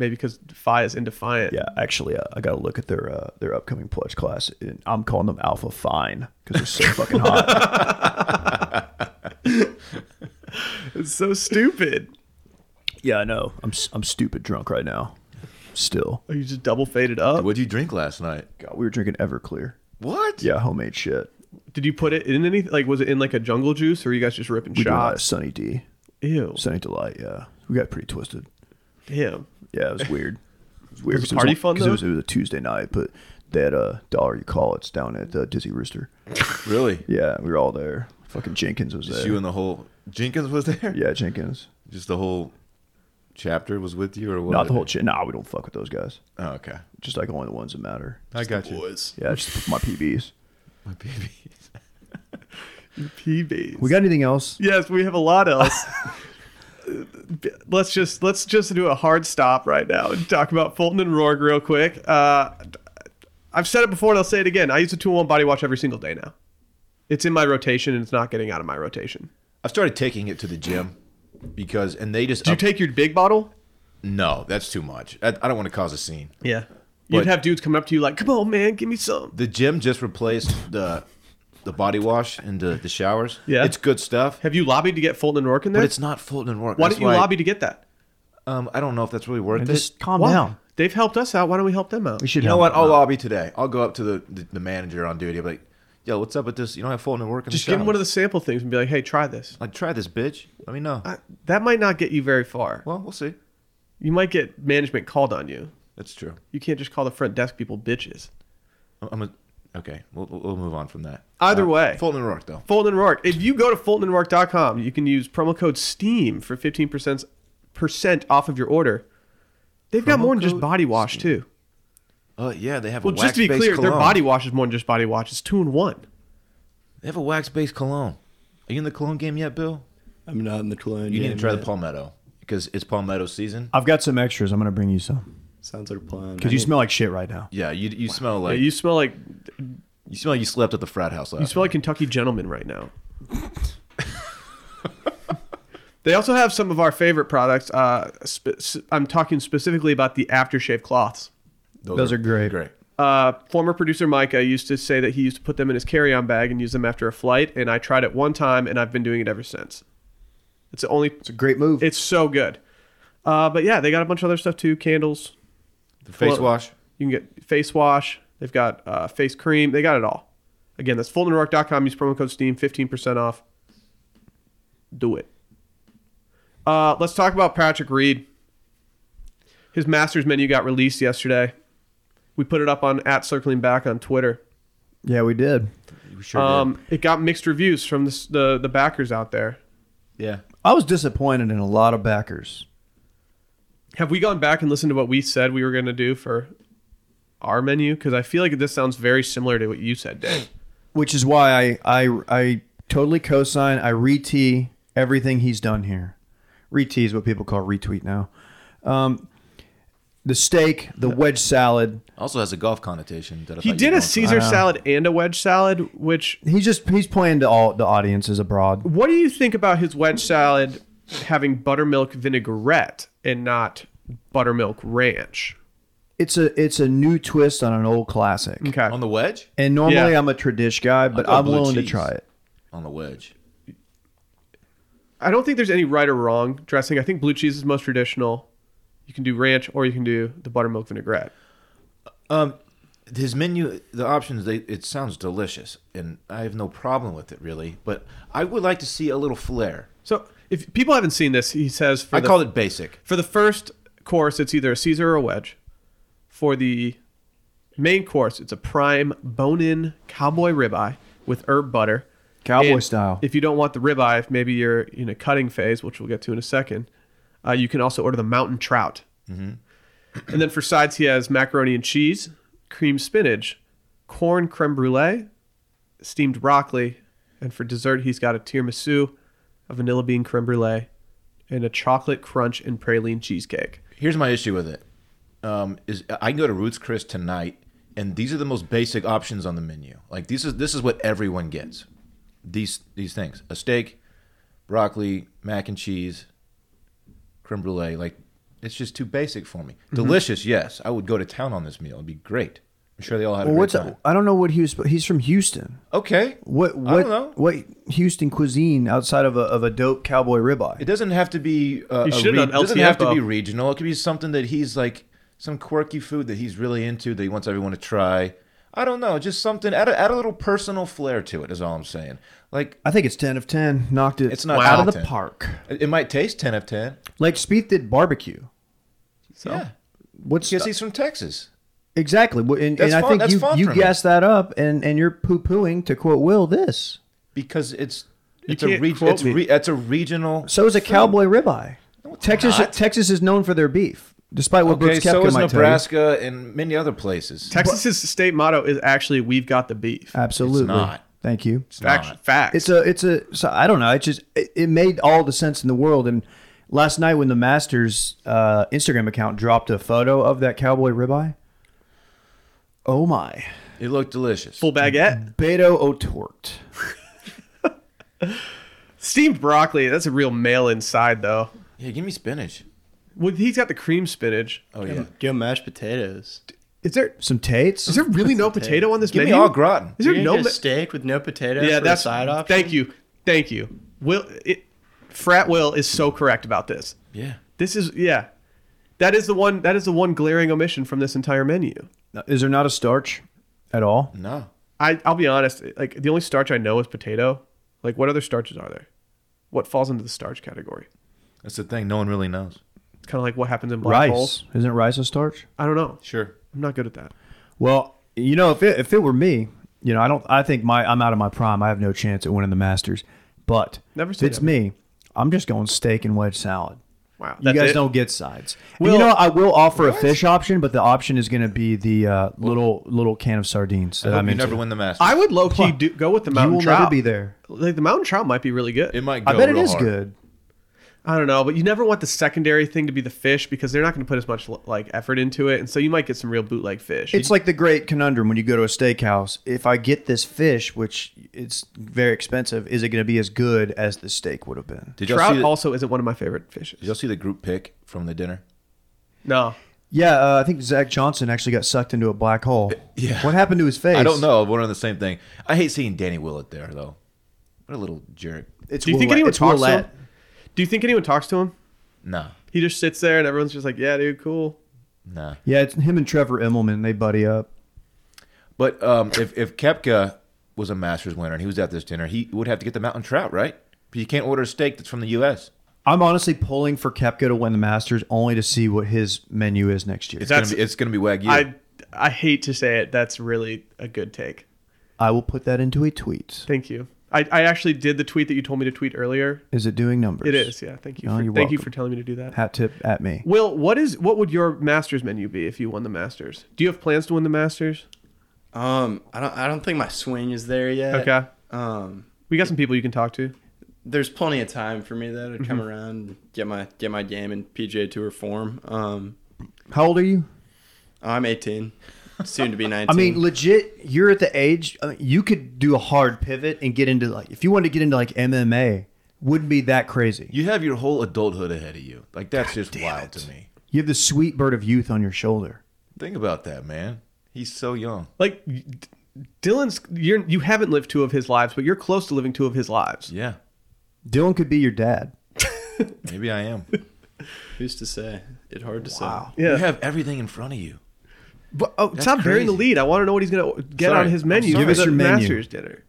Speaker 1: maybe because phi is indefiant.
Speaker 2: [laughs] yeah, actually, uh, I got to look at their uh, their upcoming pledge class. And I'm calling them Alpha Fine because
Speaker 1: [laughs]
Speaker 2: they're so fucking hot.
Speaker 1: it's so stupid.
Speaker 2: yeah, I know. I'm s- I'm stupid drunk right now. Still,
Speaker 1: Are Oh, you just double faded up?
Speaker 3: know. What'd you drink last night?
Speaker 2: God, we were drinking Everclear.
Speaker 3: What?
Speaker 2: Yeah, homemade shit.
Speaker 1: Did you put it in anything? Like, was it in like a jungle juice, or were you guys just ripping
Speaker 2: We did a lot of
Speaker 1: shots?
Speaker 2: Sunny D,
Speaker 1: Ew,
Speaker 2: Sunny Delight. Yeah, we got pretty twisted.
Speaker 1: damn.
Speaker 2: Yeah, it was weird. It was weird.
Speaker 1: Was it
Speaker 2: 'cause
Speaker 1: party
Speaker 2: on-
Speaker 1: fun,
Speaker 2: 'cause
Speaker 1: though?
Speaker 2: It was, it was a Tuesday night, but they had a dollar you call it's down at uh, Dizzy Rooster.
Speaker 3: Really?
Speaker 2: Yeah, we were all there. Fucking Jenkins was
Speaker 3: Just
Speaker 2: there.
Speaker 3: you and the whole Jenkins was there.
Speaker 2: yeah, Jenkins.
Speaker 3: Just the whole chapter was with you, or what?
Speaker 2: Not the whole shit. Nah, we don't fuck with those guys.
Speaker 3: Oh, okay.
Speaker 2: Just like only the ones that matter.
Speaker 3: I got you.
Speaker 4: Boys.
Speaker 2: Yeah, [laughs] just my PBs.
Speaker 3: My baby.
Speaker 1: PBs.
Speaker 2: We got anything else?
Speaker 1: yes, we have a lot else. let's just let's just do a hard stop right now and talk about Fulton and Rourke real quick. Uh, I've said it before and I'll say it again. I use a two one body wash every single day now. It's in my rotation and it's not getting out of my rotation.
Speaker 3: I started taking it to the gym because, and they just
Speaker 1: Do you take your big bottle?
Speaker 3: no, that's too much. I, I don't want to cause a scene.
Speaker 1: Yeah. You'd
Speaker 3: But-
Speaker 1: have dudes coming up to you like, "Come on, man, give me some."
Speaker 3: The gym just replaced the the body wash and the, the showers.
Speaker 1: Yeah.
Speaker 3: it's good stuff,
Speaker 1: Have you lobbied to get Fulton and Rourke in there?
Speaker 3: but it's not Fulton and Rourke.
Speaker 1: why
Speaker 3: That's
Speaker 1: didn't you lobby to get that?
Speaker 3: Um, I don't know if that's really worth it.
Speaker 2: Just calm
Speaker 1: Why?
Speaker 2: down.
Speaker 1: They've helped us out. Why don't we help them out?
Speaker 2: We should
Speaker 3: You know
Speaker 2: help
Speaker 3: what?
Speaker 2: them
Speaker 3: I'll
Speaker 2: out.
Speaker 3: lobby today. I'll go up to the, the, the manager on duty. I'll be like, yo, what's up with this? You don't have Fulton and Rourke in
Speaker 1: Just
Speaker 3: the
Speaker 1: give them one of
Speaker 3: showers?
Speaker 1: the sample things and be like, "Hey, try this."
Speaker 3: Like, try this, bitch. Let me know.
Speaker 1: I, that might not get you very far.
Speaker 3: well, we'll see.
Speaker 1: You might get management called on you.
Speaker 3: That's true.
Speaker 1: You can't just call the front desk people bitches.
Speaker 3: I'm- I'm a, okay. We'll, we'll we'll move on from that. Uh,
Speaker 1: Either way.
Speaker 3: Fulton and Rourke though.
Speaker 1: Fulton and Rourke. If you go to fultonandrourke.com, you can use promo code STEAM for 15% percent off of your order. They've got
Speaker 3: Promo
Speaker 1: more than just
Speaker 3: code
Speaker 1: body wash, too.
Speaker 3: Oh yeah, they have
Speaker 1: Well,
Speaker 3: a
Speaker 1: just to be
Speaker 3: wax-based
Speaker 1: clear, their
Speaker 3: cologne.
Speaker 1: body wash is more than just body wash. It's two in one.
Speaker 3: They have a wax based cologne. Are you in the cologne game yet, Bill?
Speaker 4: I'm not in the cologne.
Speaker 3: You need
Speaker 4: game
Speaker 3: to try the
Speaker 4: yet.
Speaker 3: palmetto because it's palmetto season.
Speaker 2: I've got some extras. I'm gonna bring you some
Speaker 4: Sounds like a plan.
Speaker 2: because you smell like shit right now.
Speaker 3: Yeah, you you smell
Speaker 1: Yeah,
Speaker 3: like you,
Speaker 1: you smell like
Speaker 3: smell like you slept at the frat house last.
Speaker 1: you smell like Kentucky gentlemen right now. they also have some of our favorite products. Uh, spe- s- I'm talking specifically about the aftershave cloths.
Speaker 3: night.
Speaker 2: Those are great.
Speaker 3: Great.
Speaker 1: uh, former producer Micah used to say that he used to put them in his carry-on bag and use them after a flight. And I tried it one time, and I've been doing it ever since. It's the only.
Speaker 2: It's a great move.
Speaker 1: It's so good. Uh, but yeah, they got a bunch of other stuff too. Candles.
Speaker 3: The face
Speaker 1: Cologne.
Speaker 3: wash.
Speaker 1: You can get face wash. They've got uh, face cream. They got it all. Again, that's FultonRock.com. Use promo code STEAM, fifteen percent off. Do it. Uh, let's talk about Patrick Reed. His Masters menu got released yesterday. We put it up on at circling back on Twitter.
Speaker 2: yeah, we did.
Speaker 3: You sure
Speaker 1: um, it got mixed reviews from the, s- the the backers out there.
Speaker 3: did. Yeah.
Speaker 2: I was disappointed in a lot of backers.
Speaker 1: Have we gone back and listened to what we said we were going to do for our menu? Because I feel like this sounds very similar to what you said, Dave.
Speaker 2: which is why I I, I totally co-sign. I retee everything he's done here. Retee is what people call retweet now. Um, the steak, [laughs] the wedge salad.
Speaker 3: Also has a golf connotation. That I
Speaker 1: He
Speaker 3: thought you
Speaker 1: did
Speaker 3: were
Speaker 1: a
Speaker 3: going for.
Speaker 1: Caesar salad and a wedge salad, which
Speaker 2: He's just he's playing to all the audiences abroad.
Speaker 1: what do you think about his wedge salad having buttermilk vinaigrette and not buttermilk ranch?
Speaker 2: It's a it's a new twist on an old classic.
Speaker 1: Okay.
Speaker 3: on the wedge.
Speaker 2: And normally
Speaker 1: Yeah.
Speaker 2: I'm a tradish guy, but
Speaker 3: I'll go
Speaker 2: I'm
Speaker 3: blue
Speaker 2: willing to
Speaker 3: cheese.
Speaker 2: try it.
Speaker 3: On the wedge.
Speaker 1: I don't think there's any right or wrong dressing. I think blue cheese is most traditional. You can do ranch or you can do the buttermilk vinaigrette.
Speaker 3: Um, his menu, the options, they it sounds delicious, and I have no problem with it really. But I would like to see a little flair.
Speaker 1: So if people haven't seen this, he says for
Speaker 3: I
Speaker 1: the,
Speaker 3: call it basic.
Speaker 1: for the first course it's either a Caesar or a wedge. For the main course, it's a prime bone-in cowboy ribeye with herb butter.
Speaker 2: Cowboy style.
Speaker 1: If you don't want the ribeye, if maybe you're in a cutting phase, which we'll get to in a second, uh, you can also order the mountain trout.
Speaker 2: Mm-hmm.
Speaker 1: And then for sides, he has macaroni and cheese, cream spinach, corn creme brulee, steamed broccoli, and for dessert, he's got a tiramisu, a vanilla bean creme brulee, and a chocolate crunch and praline cheesecake.
Speaker 3: Here's my issue with it: um, is I can go to Roots Chris tonight, and these are the most basic options on the menu. Like this is this is what everyone gets. These these things: a steak, broccoli, mac and cheese, creme brulee. Like it's just too basic for me.
Speaker 2: Mm-hmm.
Speaker 3: Delicious, yes. I would go to town on this meal. It'd be great. I'm sure they all had
Speaker 2: Well,
Speaker 3: a great
Speaker 2: what's
Speaker 3: time.
Speaker 2: I don't know what he was. He's from Houston.
Speaker 3: Okay.
Speaker 2: What
Speaker 3: I
Speaker 2: what
Speaker 3: don't know.
Speaker 2: what Houston cuisine outside of a of a dope cowboy ribeye?
Speaker 3: It doesn't have to be. Uh,
Speaker 1: You
Speaker 3: a
Speaker 1: should've
Speaker 3: re-
Speaker 1: done
Speaker 3: doesn't have to
Speaker 1: LTFO.
Speaker 3: be regional. It could be something that he's like some quirky food that he's really into that he wants everyone to try. I don't know. Just something. Add a, add a little personal flair to it. Is all I'm saying. Like
Speaker 2: I think it's ten of ten. Knocked it.
Speaker 3: It's not
Speaker 2: out of the
Speaker 3: 10.
Speaker 2: park.
Speaker 3: it it might taste ten of ten.
Speaker 2: Like Spieth did barbecue.
Speaker 1: So
Speaker 3: Yeah,
Speaker 2: What's
Speaker 3: because he's from Texas.
Speaker 2: exactly? What- And,
Speaker 3: That's
Speaker 2: and I
Speaker 3: fun-
Speaker 2: think
Speaker 3: that's
Speaker 2: you
Speaker 3: fun
Speaker 2: you
Speaker 3: for me.
Speaker 2: gassed that up, and and you're poo pooing to quote Will this.
Speaker 3: Because it's it's a
Speaker 1: can't
Speaker 3: region.
Speaker 1: quote
Speaker 3: It's,
Speaker 1: me.
Speaker 3: re- it's a regional.
Speaker 2: So is a cowboy ribeye.
Speaker 3: it's
Speaker 2: Texas
Speaker 3: not.
Speaker 2: Texas is known for their beef, despite what
Speaker 3: Okay,
Speaker 2: Brooks Koepka
Speaker 3: so is
Speaker 2: might
Speaker 3: Nebraska and many other places.
Speaker 1: Texas's state motto is actually "We've got the beef."
Speaker 2: tell you. Absolutely.
Speaker 3: It's not.
Speaker 2: Thank you.
Speaker 3: It's
Speaker 1: Fact,
Speaker 3: not.
Speaker 1: facts.
Speaker 2: It's a it's a so I don't know. It just it, it made all the sense in the world. And last night when the Masters uh, Instagram account dropped a photo of that cowboy ribeye, oh my,
Speaker 3: It looked delicious.
Speaker 1: full baguette.
Speaker 2: Beto O'Tort.
Speaker 1: Steamed broccoli, that's a real male inside though.
Speaker 3: Yeah, give me spinach.
Speaker 1: Well, he's got the cream spinach.
Speaker 3: Oh yeah.
Speaker 4: Go mashed potatoes.
Speaker 1: Is there
Speaker 2: Some Tates.
Speaker 1: is there really
Speaker 2: [laughs]
Speaker 1: no potato on this
Speaker 3: Give me
Speaker 1: menu?
Speaker 3: all gratin.
Speaker 1: Is there
Speaker 4: You're
Speaker 1: no
Speaker 4: gonna get
Speaker 1: ma-
Speaker 4: a steak with no potatoes.
Speaker 1: Yeah,
Speaker 4: for a
Speaker 1: that's
Speaker 4: side option.
Speaker 1: Thank you. Thank you. Will it, Frat Will is so correct about this.
Speaker 3: Yeah.
Speaker 1: This is yeah. That is the one that is the one glaring omission from this entire menu.
Speaker 2: Is there not a starch at all?
Speaker 3: No.
Speaker 1: I I'll be honest, like the only starch I know is potato. Like what other starches are there? What falls into the starch category?
Speaker 3: That's the thing. No one really knows.
Speaker 1: It's kind of like what happens in black
Speaker 2: rice
Speaker 1: holes.
Speaker 2: isn't rice a starch?
Speaker 1: I don't know.
Speaker 3: Sure.
Speaker 1: I'm not good at that.
Speaker 2: Well, you know, if it, if it were me, you know, I don't. I think my I'm out of my prime. I have no chance at winning the Masters. But
Speaker 1: Never
Speaker 2: if
Speaker 1: say
Speaker 2: it's
Speaker 1: never.
Speaker 2: me, I'm just going steak and wedge salad.
Speaker 1: Wow.
Speaker 2: You
Speaker 1: that's
Speaker 2: guys
Speaker 1: it?
Speaker 2: don't get sides. And
Speaker 1: Well-
Speaker 2: you know, I will offer a fish option, but the option is going to be the uh, little little can of sardines that
Speaker 3: I
Speaker 2: I'm
Speaker 3: hope you
Speaker 2: into.
Speaker 3: never win the Masters.
Speaker 1: I would low key do, go with the
Speaker 2: you
Speaker 1: mountain
Speaker 2: will
Speaker 1: trout.
Speaker 2: never be there.
Speaker 1: Like the mountain trout might be really good.
Speaker 3: It might. Go
Speaker 2: I bet it
Speaker 3: real
Speaker 2: is
Speaker 3: hard.
Speaker 2: good.
Speaker 1: I don't know, but you never want the secondary thing to be the fish because they're not going to put as much like effort into it, and so you might get some real bootleg fish.
Speaker 2: It's like the great conundrum when you go to a steakhouse. If I get this fish, which it's very expensive, is it going to be as good as the steak would have been?
Speaker 3: Did y'all
Speaker 1: trout
Speaker 3: see the,
Speaker 1: also isn't one of my favorite fishes.
Speaker 3: Did y'all see the group pic from the dinner?
Speaker 1: No,
Speaker 2: Yeah, uh, I think Zach Johnson actually got sucked into a black hole.
Speaker 3: yeah.
Speaker 2: What happened to his face?
Speaker 3: I don't know. We're on the same thing. I hate seeing Danny Willett there though. What a little jerk.
Speaker 2: It's
Speaker 1: do you think
Speaker 2: roulette-
Speaker 1: anyone
Speaker 2: it's
Speaker 1: talks to him?
Speaker 2: roulette.
Speaker 1: Do you think anyone talks to him?
Speaker 3: Nah,
Speaker 1: He just sits there, and everyone's just like, "Yeah, dude, cool."
Speaker 3: nah.
Speaker 2: Yeah, it's him and Trevor Immelman. They buddy up.
Speaker 3: But um, if if Kepka was a Masters winner and he was at this dinner, he would have to get the mountain trout, right? But you can't order a steak that's from the U.S.
Speaker 2: I'm honestly pulling for Kepka to win the Masters only to see what his menu is next year.
Speaker 3: It's gonna
Speaker 1: That's-
Speaker 3: be it's gonna be wagyu.
Speaker 1: I I hate to say it, that's really a good take.
Speaker 2: I will put that into a tweet.
Speaker 1: Thank you. I, I actually did the tweet that you told me to tweet earlier.
Speaker 2: Is it doing numbers?
Speaker 1: It is, yeah. Thank you.
Speaker 2: No,
Speaker 1: for,
Speaker 2: you're
Speaker 1: thank you
Speaker 2: welcome.
Speaker 1: for telling me to do that.
Speaker 2: Hat tip at me.
Speaker 1: Will, what is what would your Masters menu be if you won the Masters? Do you have plans to win the Masters?
Speaker 4: Um, I don't. I don't think my swing is there yet.
Speaker 1: Okay,
Speaker 4: Um,
Speaker 1: we got some people you can talk to.
Speaker 4: there's plenty of time for me though to
Speaker 2: Mm-hmm.
Speaker 4: come around, and get my get my game in PJ Tour form. Um,
Speaker 2: How old are you?
Speaker 4: I'm 18, soon to be
Speaker 2: [laughs]
Speaker 4: 19.
Speaker 2: I mean, legit, you're at the age I mean, you could do a hard pivot and get into like if you wanted to get into like MMA, wouldn't be that crazy.
Speaker 3: you have your whole adulthood ahead of you. Like that's just wild to me.
Speaker 2: You have the sweet bird of youth on your shoulder.
Speaker 3: Think about that, man. He's so young.
Speaker 1: Like D- Dylan's, you're you haven't lived two of his lives, but you're close to living two of his lives.
Speaker 3: Yeah,
Speaker 2: Dylan could be your dad.
Speaker 3: [laughs] maybe I am.
Speaker 4: Who's to say? It's hard to
Speaker 2: Wow.
Speaker 1: Yeah.
Speaker 3: You have everything in front of you.
Speaker 1: But, oh, stop burying the
Speaker 3: crazy.
Speaker 1: lead. I want to know what he's gonna get
Speaker 3: Sorry.
Speaker 1: on his
Speaker 3: I'm
Speaker 1: menu.
Speaker 3: sorry.
Speaker 1: for
Speaker 2: Give us
Speaker 1: the
Speaker 2: your menu.
Speaker 1: Masters dinner.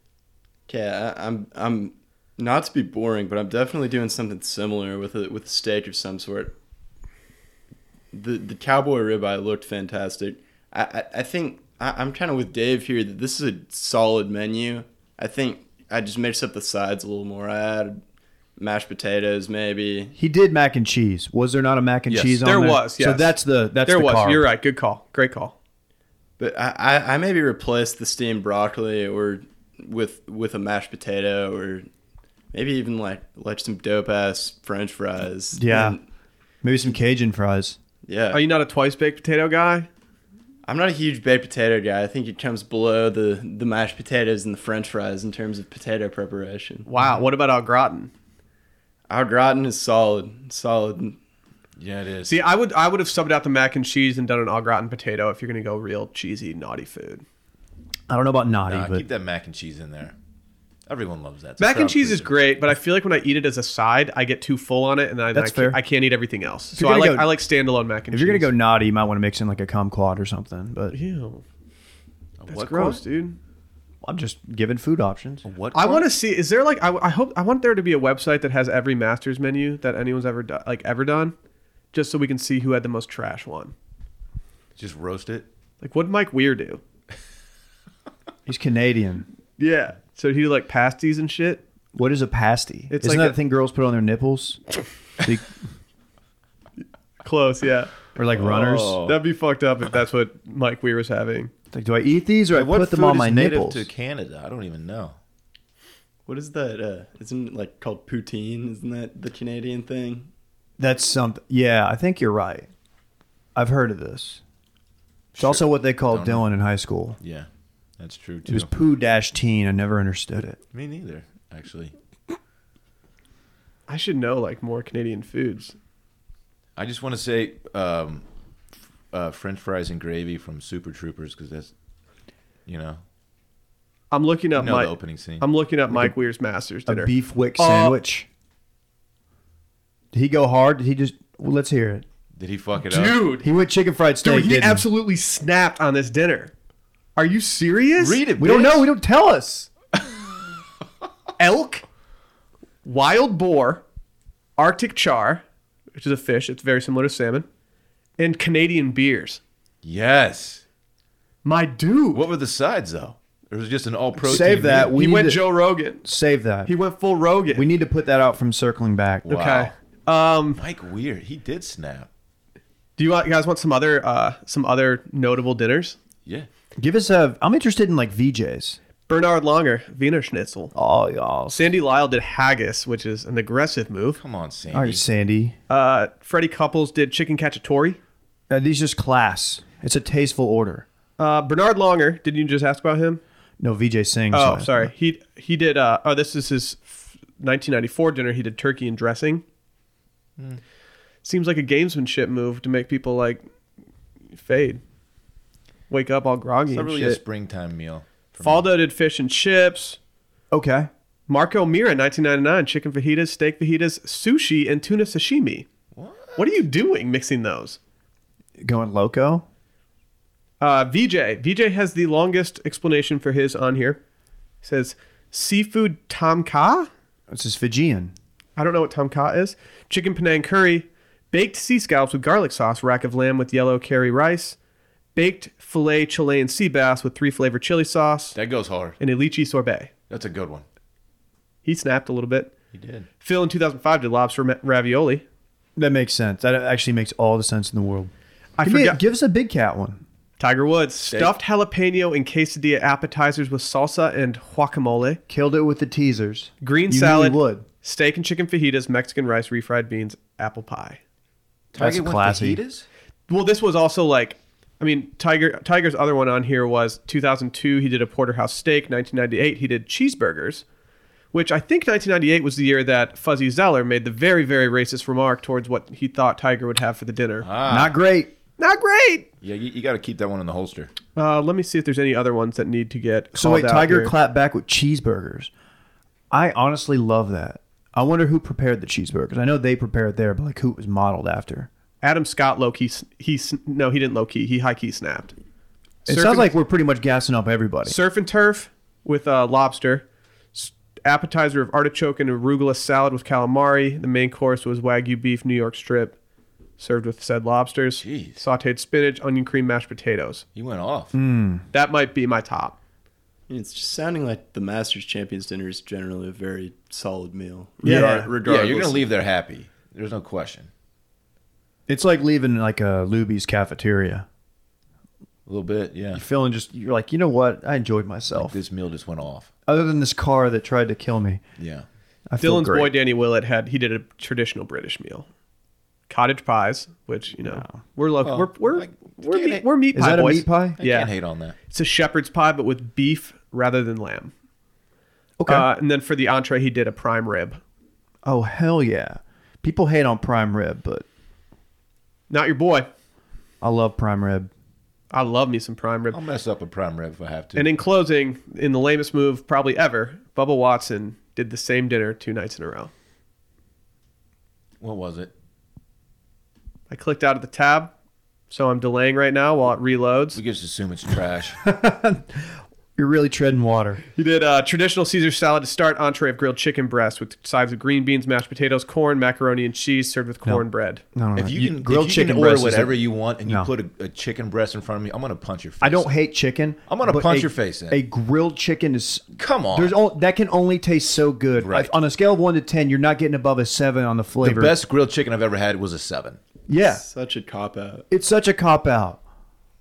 Speaker 4: say. Okay, I, I'm I'm not to be boring, but I'm definitely doing something similar with a with a steak of some sort. The the cowboy ribeye looked fantastic. I I, I think I, I'm kind of with Dave here that this is a solid menu. I think I just mixed up the sides a little more. I added mashed potatoes maybe.
Speaker 2: He did mac and cheese. Was there not a mac and
Speaker 3: Yes.
Speaker 2: cheese on
Speaker 1: There
Speaker 2: there?
Speaker 1: was,
Speaker 2: So
Speaker 1: yes.
Speaker 2: that's the that's
Speaker 1: There
Speaker 2: the
Speaker 1: was.
Speaker 2: carb.
Speaker 1: You're right. Good call. Great call.
Speaker 4: But I, I, I maybe replaced the steamed broccoli or with with a mashed potato or maybe even like like some dope ass French fries.
Speaker 2: Yeah.
Speaker 4: And-
Speaker 2: Maybe some Cajun fries.
Speaker 4: yeah.
Speaker 1: Are you not a twice baked potato guy?
Speaker 4: I'm not a huge baked potato guy. I think it comes below the the mashed potatoes and the French fries in terms of potato preparation.
Speaker 1: Wow. What about au gratin?
Speaker 4: Our gratin is solid, solid.
Speaker 3: Yeah, it is.
Speaker 1: See, I would I would have subbed out the mac and cheese and done an au gratin potato if you're gonna go real cheesy naughty food.
Speaker 2: I don't know about naughty,
Speaker 3: Nah,
Speaker 2: but
Speaker 3: keep that mac and cheese in there. Everyone loves that. It's a
Speaker 1: Mac and
Speaker 3: crowd
Speaker 1: cheese is
Speaker 3: pleaser.
Speaker 1: great, but I feel like when I eat it as a side, I get too full on it, and I,
Speaker 2: That's
Speaker 1: I, can't,
Speaker 2: fair.
Speaker 1: I can't eat everything else. So
Speaker 2: you're
Speaker 1: I
Speaker 2: gonna
Speaker 1: like
Speaker 2: go-
Speaker 1: I like standalone mac and
Speaker 2: if
Speaker 1: cheese.
Speaker 2: you're gonna go naughty, you might want to mix in like a kumquat or something. But
Speaker 1: Ew, that's
Speaker 3: What
Speaker 1: gross,
Speaker 3: crowd?
Speaker 1: dude.
Speaker 2: I'm just giving food options.
Speaker 3: What?
Speaker 1: I
Speaker 3: crowd?
Speaker 1: want to see. Is there like I, I hope I want there to be a website that has every Masters menu that anyone's ever done, like ever done, just so we can see who had the most trash one.
Speaker 3: just roast it.
Speaker 1: Like what did Mike Weir do?
Speaker 2: He's Canadian.
Speaker 1: Yeah. So he did, like pasties and shit.
Speaker 2: What is a pasty?
Speaker 1: It's
Speaker 2: Isn't
Speaker 1: like a-
Speaker 2: that the thing girls put on their
Speaker 3: [laughs]
Speaker 2: nipples? They-
Speaker 1: Close, yeah.
Speaker 2: or like runners?
Speaker 3: Oh.
Speaker 1: That'd be fucked up if that's what Mike Weir was having.
Speaker 2: Like, do I eat these or I
Speaker 3: Like, what
Speaker 2: put them
Speaker 3: food
Speaker 2: on
Speaker 3: is
Speaker 2: my
Speaker 3: native
Speaker 2: nipples?
Speaker 3: to Canada? I don't even know.
Speaker 4: What is that? Uh, isn't it like called poutine? Isn't that the Canadian thing?
Speaker 2: That's something. Yeah, I think you're right. I've heard of this. It's also what they called
Speaker 3: Don't know.
Speaker 2: Dylan in high school.
Speaker 3: Yeah, that's true
Speaker 2: It
Speaker 3: too.
Speaker 2: was poo dash teen. I never understood it.
Speaker 3: Me neither, actually.
Speaker 1: I should know like more Canadian foods.
Speaker 3: I just want to say um, f- uh, French fries and gravy from Super Troopers because that's, you know,
Speaker 1: I'm looking
Speaker 3: you
Speaker 1: up
Speaker 3: know
Speaker 1: Mike.
Speaker 3: the opening scene.
Speaker 1: I'm looking up Mike Weir's Masters
Speaker 2: A
Speaker 1: dinner.
Speaker 2: beef wick
Speaker 1: Uh,
Speaker 2: sandwich. Did he go hard? Did he just? Well, let's hear it.
Speaker 3: Did he fuck it up?
Speaker 1: Dude,
Speaker 2: He went chicken fried steak.
Speaker 1: dude, he
Speaker 2: didn't
Speaker 1: absolutely snapped on this dinner. Are you serious?
Speaker 3: Read it.
Speaker 2: We don't
Speaker 3: bitch.
Speaker 2: know. We don't tell us.
Speaker 1: elk, wild boar, Arctic char, which is a fish. It's very similar to salmon, and Canadian beers.
Speaker 3: Yes.
Speaker 1: My dude,
Speaker 3: What were the sides though? Or was it just an all protein?
Speaker 2: Save that.
Speaker 1: he
Speaker 2: we need
Speaker 1: went
Speaker 2: to-
Speaker 1: Joe Rogan.
Speaker 2: Save that.
Speaker 1: He went full Rogan.
Speaker 2: we need to put that out from circling back.
Speaker 3: Wow.
Speaker 1: okay. Um,
Speaker 3: Mike Weird. He did snap.
Speaker 1: do you want- guys want some other uh, some other notable dinners?
Speaker 3: Yeah.
Speaker 2: Give us a. I'm interested in like VJs.
Speaker 1: Bernard Langer, Wiener Schnitzel.
Speaker 2: Oh, y'all.
Speaker 1: Sandy Lyle did haggis, which is an aggressive move.
Speaker 3: Come on, Sandy.
Speaker 2: All right, Sandy.
Speaker 1: Uh, Freddie Couples did chicken cacciatore.
Speaker 2: Uh, these just class. It's a tasteful order.
Speaker 1: Uh, Bernard Longer, did you just ask about him?
Speaker 2: No, VJ Singh.
Speaker 1: Oh, sorry. He he did. Uh, oh, this is his f- 1994 dinner. He did turkey and dressing.
Speaker 3: Hmm.
Speaker 1: Seems like a gamesmanship move to make people like fade, wake up all groggy
Speaker 3: It's not
Speaker 1: and
Speaker 3: really a
Speaker 1: shit.
Speaker 3: springtime meal. for me.
Speaker 1: Faldo did fish and chips.
Speaker 2: Okay.
Speaker 1: Marco Mira, 1999, chicken fajitas, steak fajitas, sushi, and tuna sashimi.
Speaker 3: What?
Speaker 1: What are you doing mixing those?
Speaker 2: Going loco.
Speaker 1: Uh, VJ. VJ has the longest explanation for his on here. He says, seafood tam ka?
Speaker 2: This is Fijian.
Speaker 1: I don't know what tom kha is. Chicken Penang curry, baked sea scallops with garlic sauce, rack of lamb with yellow curry rice, baked filet Chilean sea bass with three flavored chili sauce,
Speaker 3: That goes hard.
Speaker 1: and a lychee sorbet.
Speaker 3: That's a good one.
Speaker 1: He snapped a little bit.
Speaker 3: He did.
Speaker 1: Phil in 2005 did lobster ma- ravioli.
Speaker 2: That makes sense. That actually makes all the sense in the world.
Speaker 1: I
Speaker 2: give, me a-
Speaker 1: forgot-
Speaker 2: give us a big cat one.
Speaker 1: Tiger Woods stuffed jalapeno and quesadilla appetizers with salsa and guacamole,
Speaker 2: Killed it with the teasers.
Speaker 1: green
Speaker 2: You knew
Speaker 1: salad,
Speaker 2: he would.
Speaker 1: steak and chicken fajitas, Mexican rice, refried beans, apple pie.
Speaker 2: That's
Speaker 3: Target went
Speaker 2: classy.
Speaker 3: fajitas?
Speaker 1: Well, this was also like, I mean, Tiger Tiger's other one on here was 2002. He did a porterhouse steak. 1998, he did cheeseburgers, which I think 1998 was the year that Fuzzy Zeller made the very very racist remark towards what he thought Tiger would have for the dinner.
Speaker 3: Ah.
Speaker 2: Not great.
Speaker 1: Not great.
Speaker 3: yeah, you, you got to keep that one in the holster.
Speaker 1: Uh, let me see if there's any other ones that need to get.
Speaker 2: So
Speaker 1: called
Speaker 2: wait,
Speaker 1: out
Speaker 2: Tiger
Speaker 1: here.
Speaker 2: clapped back with cheeseburgers. I honestly love that. I wonder who prepared the cheeseburgers. I know they prepared there, but like who it was modeled after.
Speaker 1: Adam Scott low key. s- He s- no, he didn't low key. He high key snapped.
Speaker 2: It
Speaker 1: Surf
Speaker 2: sounds
Speaker 1: and-
Speaker 2: like we're pretty much gassing up everybody.
Speaker 1: surf and turf with uh, lobster, S- appetizer of artichoke and arugula salad with calamari. The main course was wagyu beef New York strip, served with said lobsters,
Speaker 3: Jeez.
Speaker 1: sautéed spinach, onion cream, mashed potatoes.
Speaker 3: He went off.
Speaker 1: That might be my top.
Speaker 4: It's just sounding like the Masters Champions dinner is generally a very solid meal.
Speaker 1: Yeah.
Speaker 4: Regar-
Speaker 3: Yeah,
Speaker 4: regardless.
Speaker 3: you're gonna leave there happy. There's no question.
Speaker 2: It's like leaving like a Luby's cafeteria.
Speaker 3: A little bit, yeah.
Speaker 2: You're feeling just you're like, you know what? I enjoyed myself.
Speaker 3: This meal just went off.
Speaker 2: Other than this car that tried to kill me,
Speaker 3: Yeah.
Speaker 2: I feel
Speaker 1: Dylan's
Speaker 2: great.
Speaker 1: boy Danny Willett had he did a traditional British meal, cottage pies, which you know we're local.
Speaker 3: Well,
Speaker 1: we're we're
Speaker 3: like,
Speaker 1: we're,
Speaker 3: can't
Speaker 1: meat,
Speaker 3: it-
Speaker 1: we're meat
Speaker 2: Oh. Is
Speaker 1: pie
Speaker 2: that a
Speaker 1: boys.
Speaker 2: meat pie?
Speaker 3: I
Speaker 1: Yeah,
Speaker 3: can't hate on that.
Speaker 1: it's a shepherd's pie but with beef rather than lamb.
Speaker 2: Okay.
Speaker 1: Uh, and then for the entree, he did a prime rib.
Speaker 2: oh hell yeah! People hate on prime rib, but
Speaker 1: Not your boy.
Speaker 2: I love prime rib.
Speaker 1: I love me some prime rib.
Speaker 2: Oh,
Speaker 3: I'll mess up a prime rib if I have to.
Speaker 1: And in closing, in the lamest move probably ever, Bubba Watson did the same dinner two nights in a row.
Speaker 3: what was it?
Speaker 1: I clicked out of the tab, so I'm delaying right now while it reloads.
Speaker 3: We just assume it's trash.
Speaker 2: You're really treading water.
Speaker 1: He did uh, traditional Caesar salad to start, entree of grilled chicken breast with sides of green beans, mashed potatoes, corn, macaroni, and cheese served with cornbread.
Speaker 2: No, no, no.
Speaker 3: [laughs] if you can,
Speaker 2: grilled
Speaker 3: if you
Speaker 2: chicken
Speaker 3: can order
Speaker 2: breast is a-
Speaker 3: whatever you want and you
Speaker 2: No.
Speaker 3: put a, a chicken breast in front of me, I'm gonna punch your face.
Speaker 2: I don't hate chicken.
Speaker 3: I'm gonna
Speaker 2: but
Speaker 3: punch
Speaker 2: a-
Speaker 3: your face in.
Speaker 2: A grilled chicken is
Speaker 3: [laughs] Come on.
Speaker 2: There's all that can only taste so good.
Speaker 3: Right.
Speaker 2: If- on a scale of one to ten, you're not getting above a seven on the
Speaker 3: the
Speaker 2: flavor.
Speaker 3: best grilled chicken I've ever had was a seven.
Speaker 2: Yeah,
Speaker 4: Such a cop out.
Speaker 2: it's such a cop out.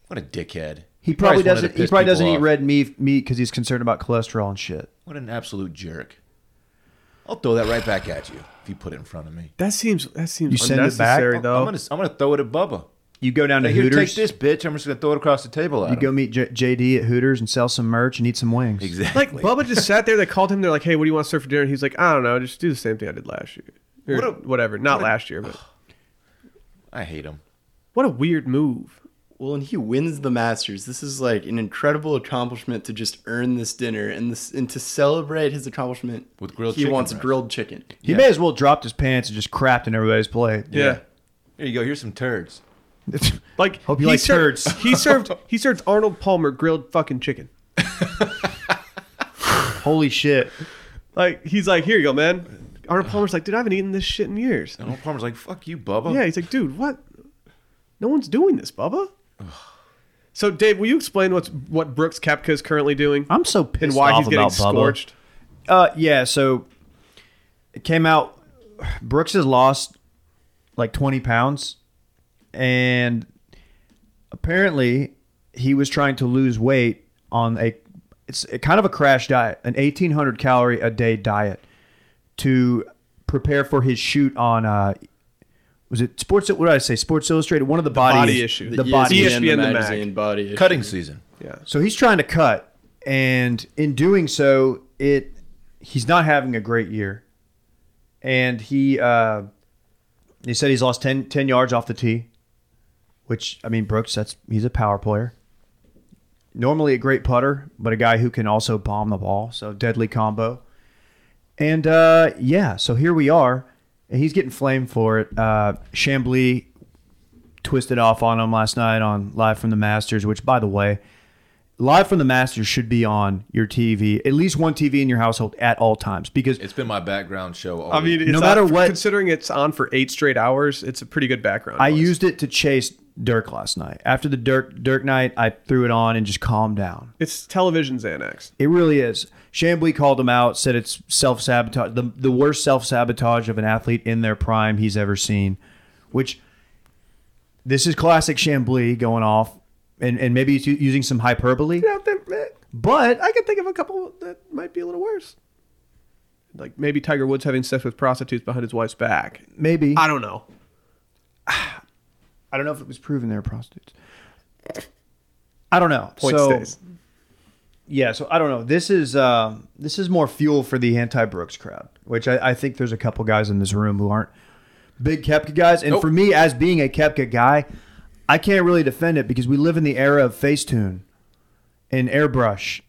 Speaker 3: What a dickhead.
Speaker 2: He probably
Speaker 3: just wanted to
Speaker 2: doesn't. He
Speaker 3: piss
Speaker 2: probably
Speaker 3: people
Speaker 2: doesn't eat
Speaker 3: off.
Speaker 2: red meat meat because he's concerned about cholesterol and shit.
Speaker 3: What an absolute jerk. I'll throw that right back at you if you put it in front of me.
Speaker 1: That seems that seems
Speaker 2: You send it back?
Speaker 1: unnecessary
Speaker 3: I'm
Speaker 1: though.
Speaker 3: gonna, I'm gonna throw it at Bubba.
Speaker 2: You go down to
Speaker 3: Hey, here,
Speaker 2: Hooters.
Speaker 3: take this, bitch. I'm just gonna throw it across the table at
Speaker 2: You
Speaker 3: him.
Speaker 2: go meet J- JD at Hooters and sell some merch and eat some wings.
Speaker 1: like
Speaker 3: exactly.
Speaker 1: Bubba just sat there. They called him. They're like, "Hey, what do you want to serve for dinner?" And he's like, "I don't know. Just do the same thing I did last year, or
Speaker 3: What a-
Speaker 1: whatever. Not
Speaker 3: what a-
Speaker 1: last
Speaker 2: [sighs]
Speaker 1: year, but
Speaker 3: I hate him.
Speaker 1: what a weird move."
Speaker 4: Well, and he wins the Masters. This is like an incredible accomplishment to just earn this dinner and this and to celebrate his accomplishment
Speaker 3: With grilled
Speaker 4: He
Speaker 3: chicken
Speaker 4: wants
Speaker 3: breast.
Speaker 4: grilled chicken.
Speaker 2: He may as well dropped his pants and just crapped in everybody's plate.
Speaker 1: yeah.
Speaker 3: Here you go. Here's some turds.
Speaker 1: Like
Speaker 2: Hope you
Speaker 1: he
Speaker 2: like
Speaker 1: served,
Speaker 2: turds. [laughs]
Speaker 1: he served he served Arnold Palmer grilled fucking chicken.
Speaker 2: [laughs] Holy shit!
Speaker 1: Like he's like, here you go, man. Arnold Palmer's like, dude, I haven't eaten this shit in years.
Speaker 3: And Arnold Palmer's like, "Fuck you,
Speaker 2: Oh.
Speaker 3: Bubba."
Speaker 1: Yeah, he's like, dude, what? No one's doing this, Bubba. So Dave, will you explain what's what Brooks Kepka is currently doing
Speaker 2: I'm so pissed
Speaker 1: and why
Speaker 2: off
Speaker 1: he's getting
Speaker 2: about Bubba.
Speaker 1: scorched?
Speaker 2: Uh, yeah. So it came out. Brooks has lost like 20 pounds, and apparently he was trying to lose weight on a it's a kind of a crash diet, an 1800 calorie a day diet to prepare for his shoot on. Uh, was it Sports? What did I say? Sports Illustrated. One of the, body,
Speaker 1: body E issue.
Speaker 2: The body
Speaker 1: ESPN,
Speaker 2: issue.
Speaker 1: the mag.
Speaker 4: magazine body issue.
Speaker 3: Cutting season.
Speaker 1: Yeah.
Speaker 2: So he's trying to cut, and in doing so, it he's not having a great year, and he uh, he said he's lost 10, 10 yards off the tee, which I mean Brooks that's he's a power player, normally a great putter, but a guy who can also bomb the ball, so deadly combo, and uh, yeah, so here we are, and he's getting flamed for it. Uh, Chambly twisted off on him last night on Live from the Masters, which, by the way, Live from the Masters should be on your TV, at least one TV in your household at all times, because
Speaker 3: It's been my background show. All
Speaker 1: I mean,
Speaker 3: week.
Speaker 1: it's
Speaker 2: No matter
Speaker 1: on-
Speaker 2: what-
Speaker 1: considering it's on for eight straight hours, it's a pretty good background.
Speaker 2: I
Speaker 1: noise.
Speaker 2: used it to chase Dirk last night. After the Dirk Dirk night, I threw it on and just calmed down.
Speaker 1: it's television Xanax.
Speaker 2: It really is. Chambly called him out, said it's self sabotage, the, the worst self sabotage of an athlete in their prime he's ever seen, which this is classic Chambly going off and, and maybe he's u- using some hyperbole.
Speaker 1: Yeah, that-
Speaker 2: But
Speaker 1: I can think of a couple that might be a little worse. Like maybe Tiger Woods having sex with prostitutes behind his wife's back.
Speaker 2: maybe
Speaker 1: I don't know.
Speaker 2: I don't know if it was proven they were prostitutes. I don't know.
Speaker 1: Point
Speaker 2: so,
Speaker 1: stays.
Speaker 2: Yeah, so I don't know. This is um this is more fuel for the anti Brooks crowd, which I, I think there's a couple guys in this room who aren't big Kepka guys. And
Speaker 3: Nope.
Speaker 2: for me, as being a Kepka guy, I can't really defend it because we live in the era of Facetune and airbrush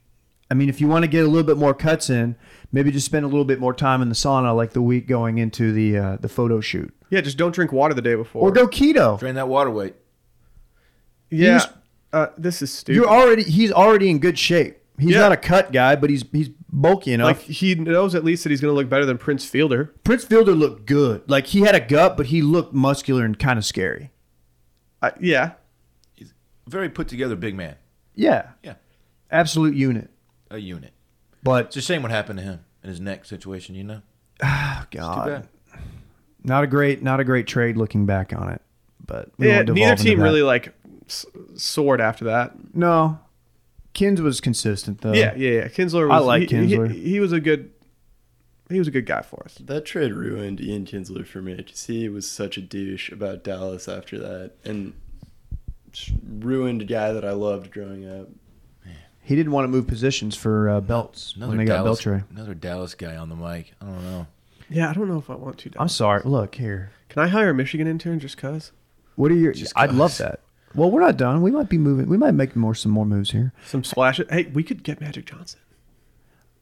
Speaker 2: I mean, if you want to get a little bit more cuts in, maybe just spend a little bit more time in the sauna, like the week going into the uh, the photo shoot,
Speaker 1: Yeah, just don't drink water the day before.
Speaker 2: or go keto.
Speaker 3: Drain that water weight.
Speaker 1: yeah,
Speaker 2: just-
Speaker 1: uh, this is stupid.
Speaker 2: You're already he's already in good shape. He's
Speaker 1: Yeah.
Speaker 2: not a cut guy, but he's he's bulky enough.
Speaker 1: like he knows at least that he's going to look better than Prince Fielder.
Speaker 2: Prince Fielder looked good. Like he had a gut, but he looked muscular and kind of scary.
Speaker 1: I yeah,
Speaker 3: Very put together big man.
Speaker 2: Yeah.
Speaker 3: Yeah.
Speaker 2: Absolute unit.
Speaker 3: A unit.
Speaker 2: But [sighs]
Speaker 3: It's a shame what happened to him in his neck situation, you know?
Speaker 2: oh,
Speaker 3: Too
Speaker 2: God,
Speaker 3: bad.
Speaker 2: not a great, not a great trade looking back on it. But we
Speaker 1: yeah.
Speaker 2: won't devolve
Speaker 1: Neither
Speaker 2: into
Speaker 1: team
Speaker 2: that.
Speaker 1: really like s- soared after that.
Speaker 2: No, Kins was consistent though.
Speaker 1: yeah, yeah, yeah. Kinsler. Was,
Speaker 2: I like
Speaker 1: he, he-
Speaker 2: Kinsler.
Speaker 1: He, was a good. He was a good guy for us.
Speaker 4: That trade ruined Ian Kinsler for me. 'cause He was such a douche about Dallas after that, and just ruined a guy that I loved growing up.
Speaker 2: He didn't want to move positions for uh, belts
Speaker 3: Another
Speaker 2: when they
Speaker 3: Dallas,
Speaker 2: got Beltray.
Speaker 3: Another Dallas guy on the mic. I don't know.
Speaker 1: Yeah, I don't know if I want to.
Speaker 2: I'm sorry. Look here.
Speaker 1: Can I hire a Michigan intern just cause?
Speaker 2: What are your?
Speaker 3: Just
Speaker 2: I'd love
Speaker 3: goes.
Speaker 2: that. Well, we're not done. We might be moving. We might make more some more moves here.
Speaker 1: Some splashes. Hey, we could get Magic Johnson.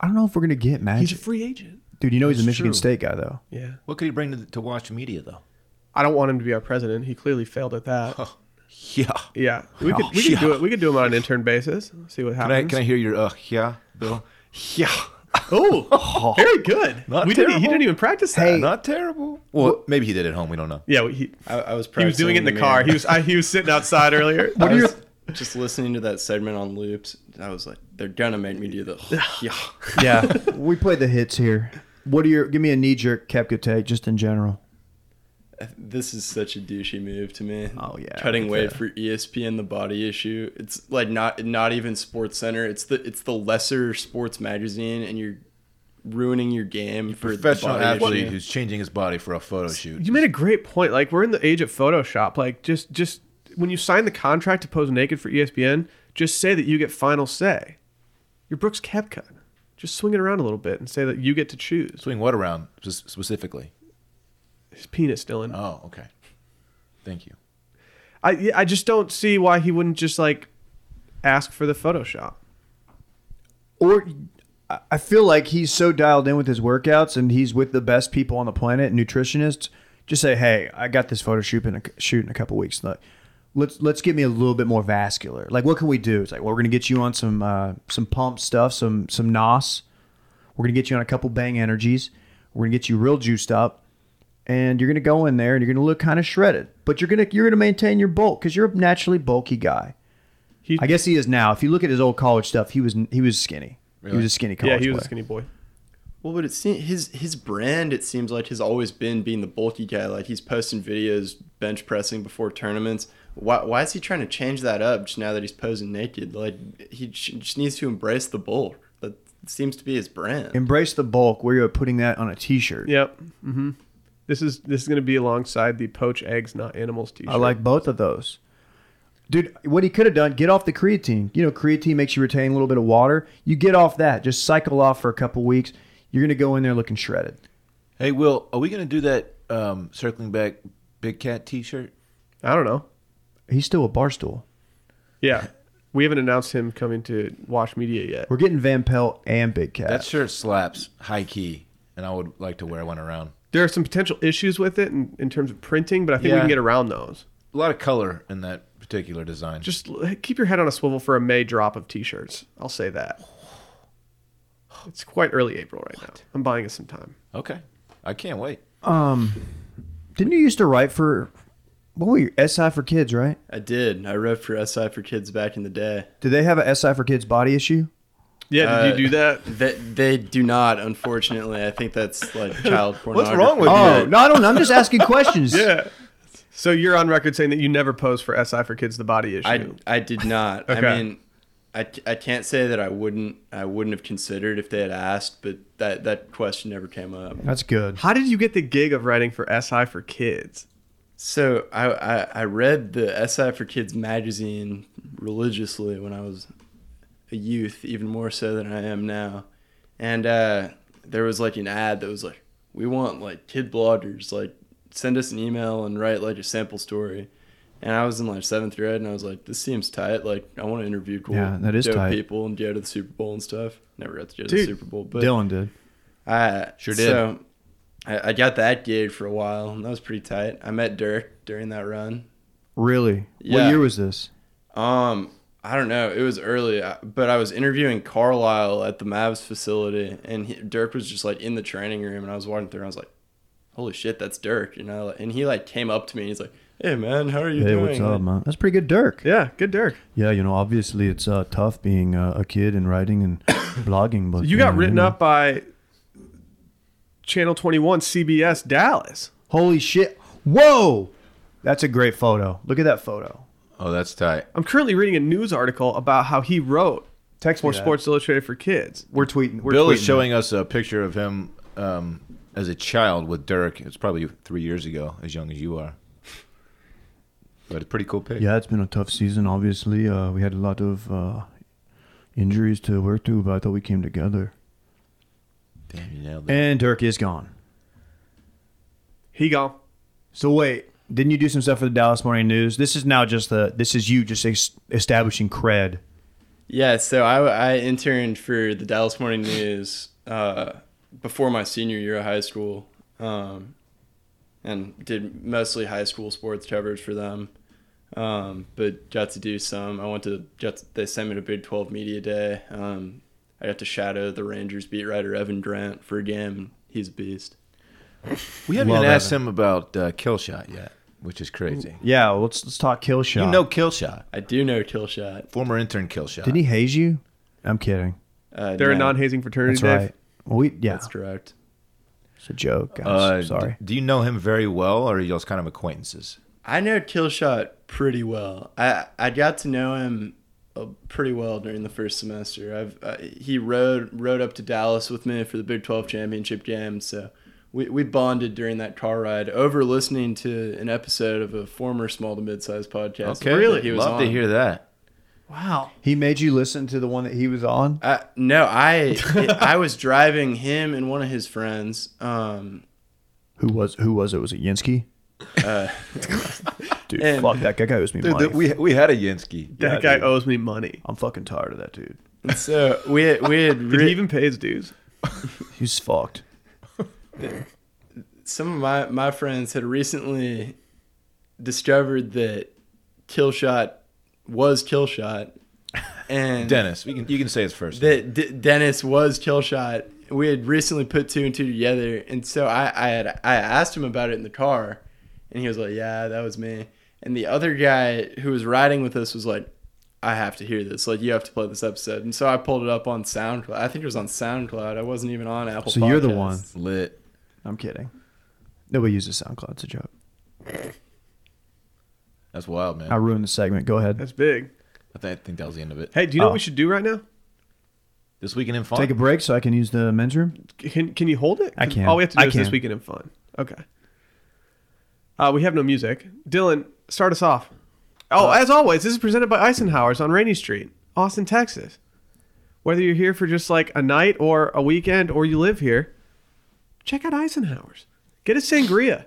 Speaker 2: I don't know if we're gonna get
Speaker 1: He's
Speaker 2: Magic,
Speaker 1: a free agent.
Speaker 2: dude. You know he's a
Speaker 3: It's
Speaker 2: Michigan
Speaker 3: true.
Speaker 2: State guy though.
Speaker 1: Yeah.
Speaker 3: What could he bring to, the, to watch media, though? [laughs]
Speaker 1: I don't want him to be our president. He clearly failed at that.
Speaker 3: Yeah.
Speaker 1: Yeah, we could
Speaker 3: Oh,
Speaker 1: we could
Speaker 3: yeah.
Speaker 1: do it. We could do him on an intern basis. See what
Speaker 3: Can I,
Speaker 1: happens.
Speaker 3: can I hear your, uh, yeah, Bill? Yeah.
Speaker 1: [laughs] Oh, very good.
Speaker 3: Not
Speaker 1: we didn't, he
Speaker 3: terrible.
Speaker 1: didn't even practice that.
Speaker 2: Hey.
Speaker 3: Not terrible. Well, maybe he did at home. We don't know.
Speaker 1: Yeah, he,
Speaker 4: I, I was.
Speaker 1: he was doing it in the car. He was I, he was sitting outside
Speaker 3: [laughs]
Speaker 1: earlier.
Speaker 4: I
Speaker 1: I was-
Speaker 4: was
Speaker 1: [laughs]
Speaker 4: just listening to that segment on loops. I was like, they're gonna make me
Speaker 1: [sighs]
Speaker 4: do the. [sighs] yeah.
Speaker 2: Yeah, [laughs] we play the hits here. What are your? Give me a knee jerk Kepka take, just in general.
Speaker 4: This is such a douchey move to me.
Speaker 2: Oh, yeah,
Speaker 4: cutting
Speaker 2: it's
Speaker 4: weight
Speaker 2: a-
Speaker 4: for E ESPN the body issue. It's like not not even Sports Center. It's the it's the lesser sports magazine, and you're ruining your game for the
Speaker 3: Professional
Speaker 4: body
Speaker 3: athlete
Speaker 4: issue.
Speaker 3: who's changing his body for a photo shoot.
Speaker 1: You made a great point. Like we're in the age of Photoshop. Like just just when you sign the contract to pose naked for E ESPN, just say that you get final say. You're Brooks Kepka. Just swing it around a little bit and say that you get to choose.
Speaker 3: Swing what around s- specifically?
Speaker 1: His penis, Dylan.
Speaker 3: Oh, okay. Thank you.
Speaker 1: I yeah, I just don't see why he wouldn't just like ask for the Photoshop.
Speaker 2: Or I- I feel like he's so dialed in with his workouts, and he's with the best people on the planet, nutritionists. Just say, hey, I got this photo shoot in a, shoot in a couple weeks. Look, let's let's get me a little bit more vascular. Like, what can we do? It's like, well, we're gonna get you on some uh, some pump stuff, some some nos. We're gonna get you on a couple bang energies. We're gonna get you real juiced up, and you're gonna go in there and you're gonna look kind of shredded, but you're gonna you're gonna maintain your bulk because you're a naturally bulky guy.
Speaker 1: He,
Speaker 2: I guess he is now. If you look at his old college stuff, he was he was skinny. He was
Speaker 3: Really?
Speaker 2: a skinny
Speaker 1: yeah,
Speaker 2: college
Speaker 1: he was
Speaker 2: player.
Speaker 1: a skinny boy.
Speaker 4: Well, but it seems his his brand. It seems like has always been being the bulky guy. Like he's posting videos bench pressing before tournaments. Why why is he trying to change that up just now that he's posing naked? Like he j- just needs to embrace the bulk. That seems to be his brand.
Speaker 2: Embrace the bulk where you're putting that on a T-shirt.
Speaker 1: Yep. hmm This is this is going to be alongside the poach eggs not animals t-shirt.
Speaker 2: I like both of those. Dude, what he could have done, get off the creatine. You know, creatine makes you retain a little bit of water. You get off that, just cycle off for a couple weeks. You're gonna go in there looking shredded.
Speaker 3: Hey, Will, are we going to do that um, circling back big cat t shirt?
Speaker 1: I don't know.
Speaker 2: He's still a barstool.
Speaker 1: Yeah. We haven't announced him coming to Wash Media yet.
Speaker 2: We're getting Van Pelt and Big Cat.
Speaker 3: That shirt slaps high key, and I would like to wear one around.
Speaker 1: There are some potential issues with it in, in terms of printing, but I think we
Speaker 3: Yeah.
Speaker 1: can get around those.
Speaker 3: A lot of color in that particular design.
Speaker 1: Just l- keep your head on a swivel for a May drop of t-shirts. I'll say that. It's quite early April right now. I'm buying us some time.
Speaker 3: okay. I can't wait.
Speaker 2: um, didn't you used to write for what were you SI for kids, right?
Speaker 4: I did. I wrote for SI for Kids back in the day.
Speaker 2: Did they have a SI for kids body issue?
Speaker 1: Yeah, did
Speaker 4: Uh,
Speaker 1: you do that?
Speaker 4: They, they do not, unfortunately. I think that's
Speaker 3: [laughs]
Speaker 4: like child
Speaker 3: What's
Speaker 4: pornography.
Speaker 3: wrong with
Speaker 2: Oh
Speaker 3: Yeah.
Speaker 2: no, I don't. know. I'm just asking questions.
Speaker 1: [laughs] Yeah. So you're on record saying that you never posed for SI for Kids the body issue.
Speaker 4: I Oh, I did not.
Speaker 1: Okay.
Speaker 4: I mean, I, c- I can't say that I wouldn't I wouldn't have considered if they had asked, but that that question never came up.
Speaker 2: That's good.
Speaker 1: How did you get the gig of writing for SI for Kids?
Speaker 4: So I I, I read the SI for Kids magazine religiously when I was a youth, even more so than I am now, and uh, there was like an ad that was like, "We want like kid bloggers, like send us an email and write like a sample story." And I was in like seventh grade, and I was like, "This seems tight. Like, I want to interview cool,
Speaker 2: Yeah, that is
Speaker 4: dope
Speaker 2: tight.
Speaker 4: people and go to the Super Bowl and stuff." Never got to go to
Speaker 1: Dude,
Speaker 4: the Super Bowl, but
Speaker 2: Dylan did.
Speaker 4: I
Speaker 3: Sure did.
Speaker 4: Uh, So I, I got that gig for a while, and that was pretty tight. I met Dirk during that run.
Speaker 2: Really? What
Speaker 4: Yeah.
Speaker 2: year was this?
Speaker 4: Um, I don't know. It was early, I- but I was interviewing Carlisle at the Mavs facility, and he, Dirk was just like in the training room, and I was walking through, and I was like, "Holy shit, that's Dirk!" You know, and he like came up to me, and he's like, "Hey man, how are you
Speaker 2: hey,
Speaker 4: doing?"
Speaker 2: what's up, man? That's pretty good, Dirk.
Speaker 1: Yeah, good Dirk.
Speaker 2: Yeah, you know, obviously it's uh, tough being uh, a kid and writing
Speaker 1: [coughs]
Speaker 2: and blogging, but
Speaker 1: You got
Speaker 2: know,
Speaker 1: written
Speaker 2: know.
Speaker 1: up by Channel 21 CBS Dallas.
Speaker 2: Holy shit! Whoa, that's a great photo. Look at that photo.
Speaker 3: Oh, that's tight.
Speaker 1: I'm currently reading a news article about how he wrote Text for
Speaker 2: that.
Speaker 1: Sports Illustrated for Kids.
Speaker 2: We're tweeting. We're
Speaker 3: Bill
Speaker 2: tweeting
Speaker 3: is
Speaker 2: that.
Speaker 3: showing us a picture of him um, as a child with Dirk. It's probably three years ago, as young as you are. But a pretty cool pic.
Speaker 2: Yeah, it's been a tough season. Obviously, uh, we had a lot of uh, injuries to work through, but I thought we came together.
Speaker 3: Damn, you nailed it.
Speaker 2: And Dirk is gone.
Speaker 1: He gone.
Speaker 2: So wait, didn't you do some stuff for the Dallas Morning News? This is now just the. This is you just es- establishing cred.
Speaker 4: Yeah, so I, I interned for the Dallas Morning News uh, before my senior year of high school, um, and did mostly high school sports coverage for them. Um, but got to do some. I went to got to- they sent me to Big Twelve Media Day. Um, I got to shadow the Rangers beat writer Evan Grant for a game. He's a beast.
Speaker 3: we haven't
Speaker 2: Love
Speaker 3: even asked him about uh, Killshot yet, which is crazy.
Speaker 2: Yeah, well, let's let's talk kill shot.
Speaker 3: You know Killshot,
Speaker 4: I do know Killshot.
Speaker 3: former intern Killshot.
Speaker 2: didn't he haze you? I'm kidding.
Speaker 4: Uh,
Speaker 1: They're a
Speaker 4: no,
Speaker 1: non hazing fraternity,
Speaker 2: That's
Speaker 1: Dave.
Speaker 2: right. We yeah,
Speaker 4: That's correct.
Speaker 2: it's a joke. Guys.
Speaker 3: Uh,
Speaker 2: Sorry.
Speaker 3: d- do you know him very well, or are you all kind of acquaintances?
Speaker 4: I know Killshot pretty well. I I got to know him uh, pretty well during the first semester. I've uh, he rode rode up to Dallas with me for the Big Twelve championship game, so we we bonded during that car ride over listening to an episode of a former small to mid sized podcast. that he was
Speaker 3: love
Speaker 4: on.
Speaker 3: to hear that.
Speaker 1: Wow.
Speaker 2: He made you listen to the one that he was on.
Speaker 4: Uh, no, I I was driving him and one of his friends. Um,
Speaker 2: Who was who was it? Was it Yinsky?
Speaker 3: Uh,
Speaker 2: [laughs] dude,
Speaker 4: and-
Speaker 2: fuck that guy guy owes me money.
Speaker 3: we we had a Yinsky.
Speaker 1: That guy owes me money.
Speaker 2: I'm fucking tired of that dude.
Speaker 4: and so we we had
Speaker 1: Did
Speaker 4: re-
Speaker 1: he even pay his dues?
Speaker 2: He's fucked.
Speaker 4: some of my, my friends had recently discovered that Killshot
Speaker 2: [laughs]
Speaker 4: was Killshot, and
Speaker 3: Dennis. We can you can say his first. name.
Speaker 4: that D- Dennis was Killshot. We had recently put two and two together, and so I, I had I asked him about it in the car, and he was like, "Yeah, that was me." And the other guy who was riding with us was like, "I have to hear this. Like, you have to play this episode." And so I pulled it up on SoundCloud. I think it was on SoundCloud. I wasn't even on Apple.
Speaker 2: So you're the
Speaker 4: Podcasts.
Speaker 2: one.
Speaker 3: Lit.
Speaker 2: I'm kidding. Nobody uses SoundCloud. It's a joke.
Speaker 3: That's wild, man.
Speaker 2: I ruined the segment. Go ahead.
Speaker 1: That's big.
Speaker 3: I, th- I think that was the end of it.
Speaker 1: Hey, do you know
Speaker 2: Oh.
Speaker 1: what we should do right now?
Speaker 3: This weekend in fun.
Speaker 2: Take a break so I can use the men's room.
Speaker 1: Can Can you hold it?
Speaker 2: I can.
Speaker 1: All we have to do
Speaker 2: I
Speaker 1: is this
Speaker 2: can.
Speaker 1: weekend in fun. Okay. Uh, we have no music. Dylan, start us off. Oh,
Speaker 3: Uh,
Speaker 1: as always, this is presented by Eisenhower's on Rainy Street, Austin, Texas. Whether you're here for just like a night or a weekend or you live here, check out Eisenhower's. Get a sangria.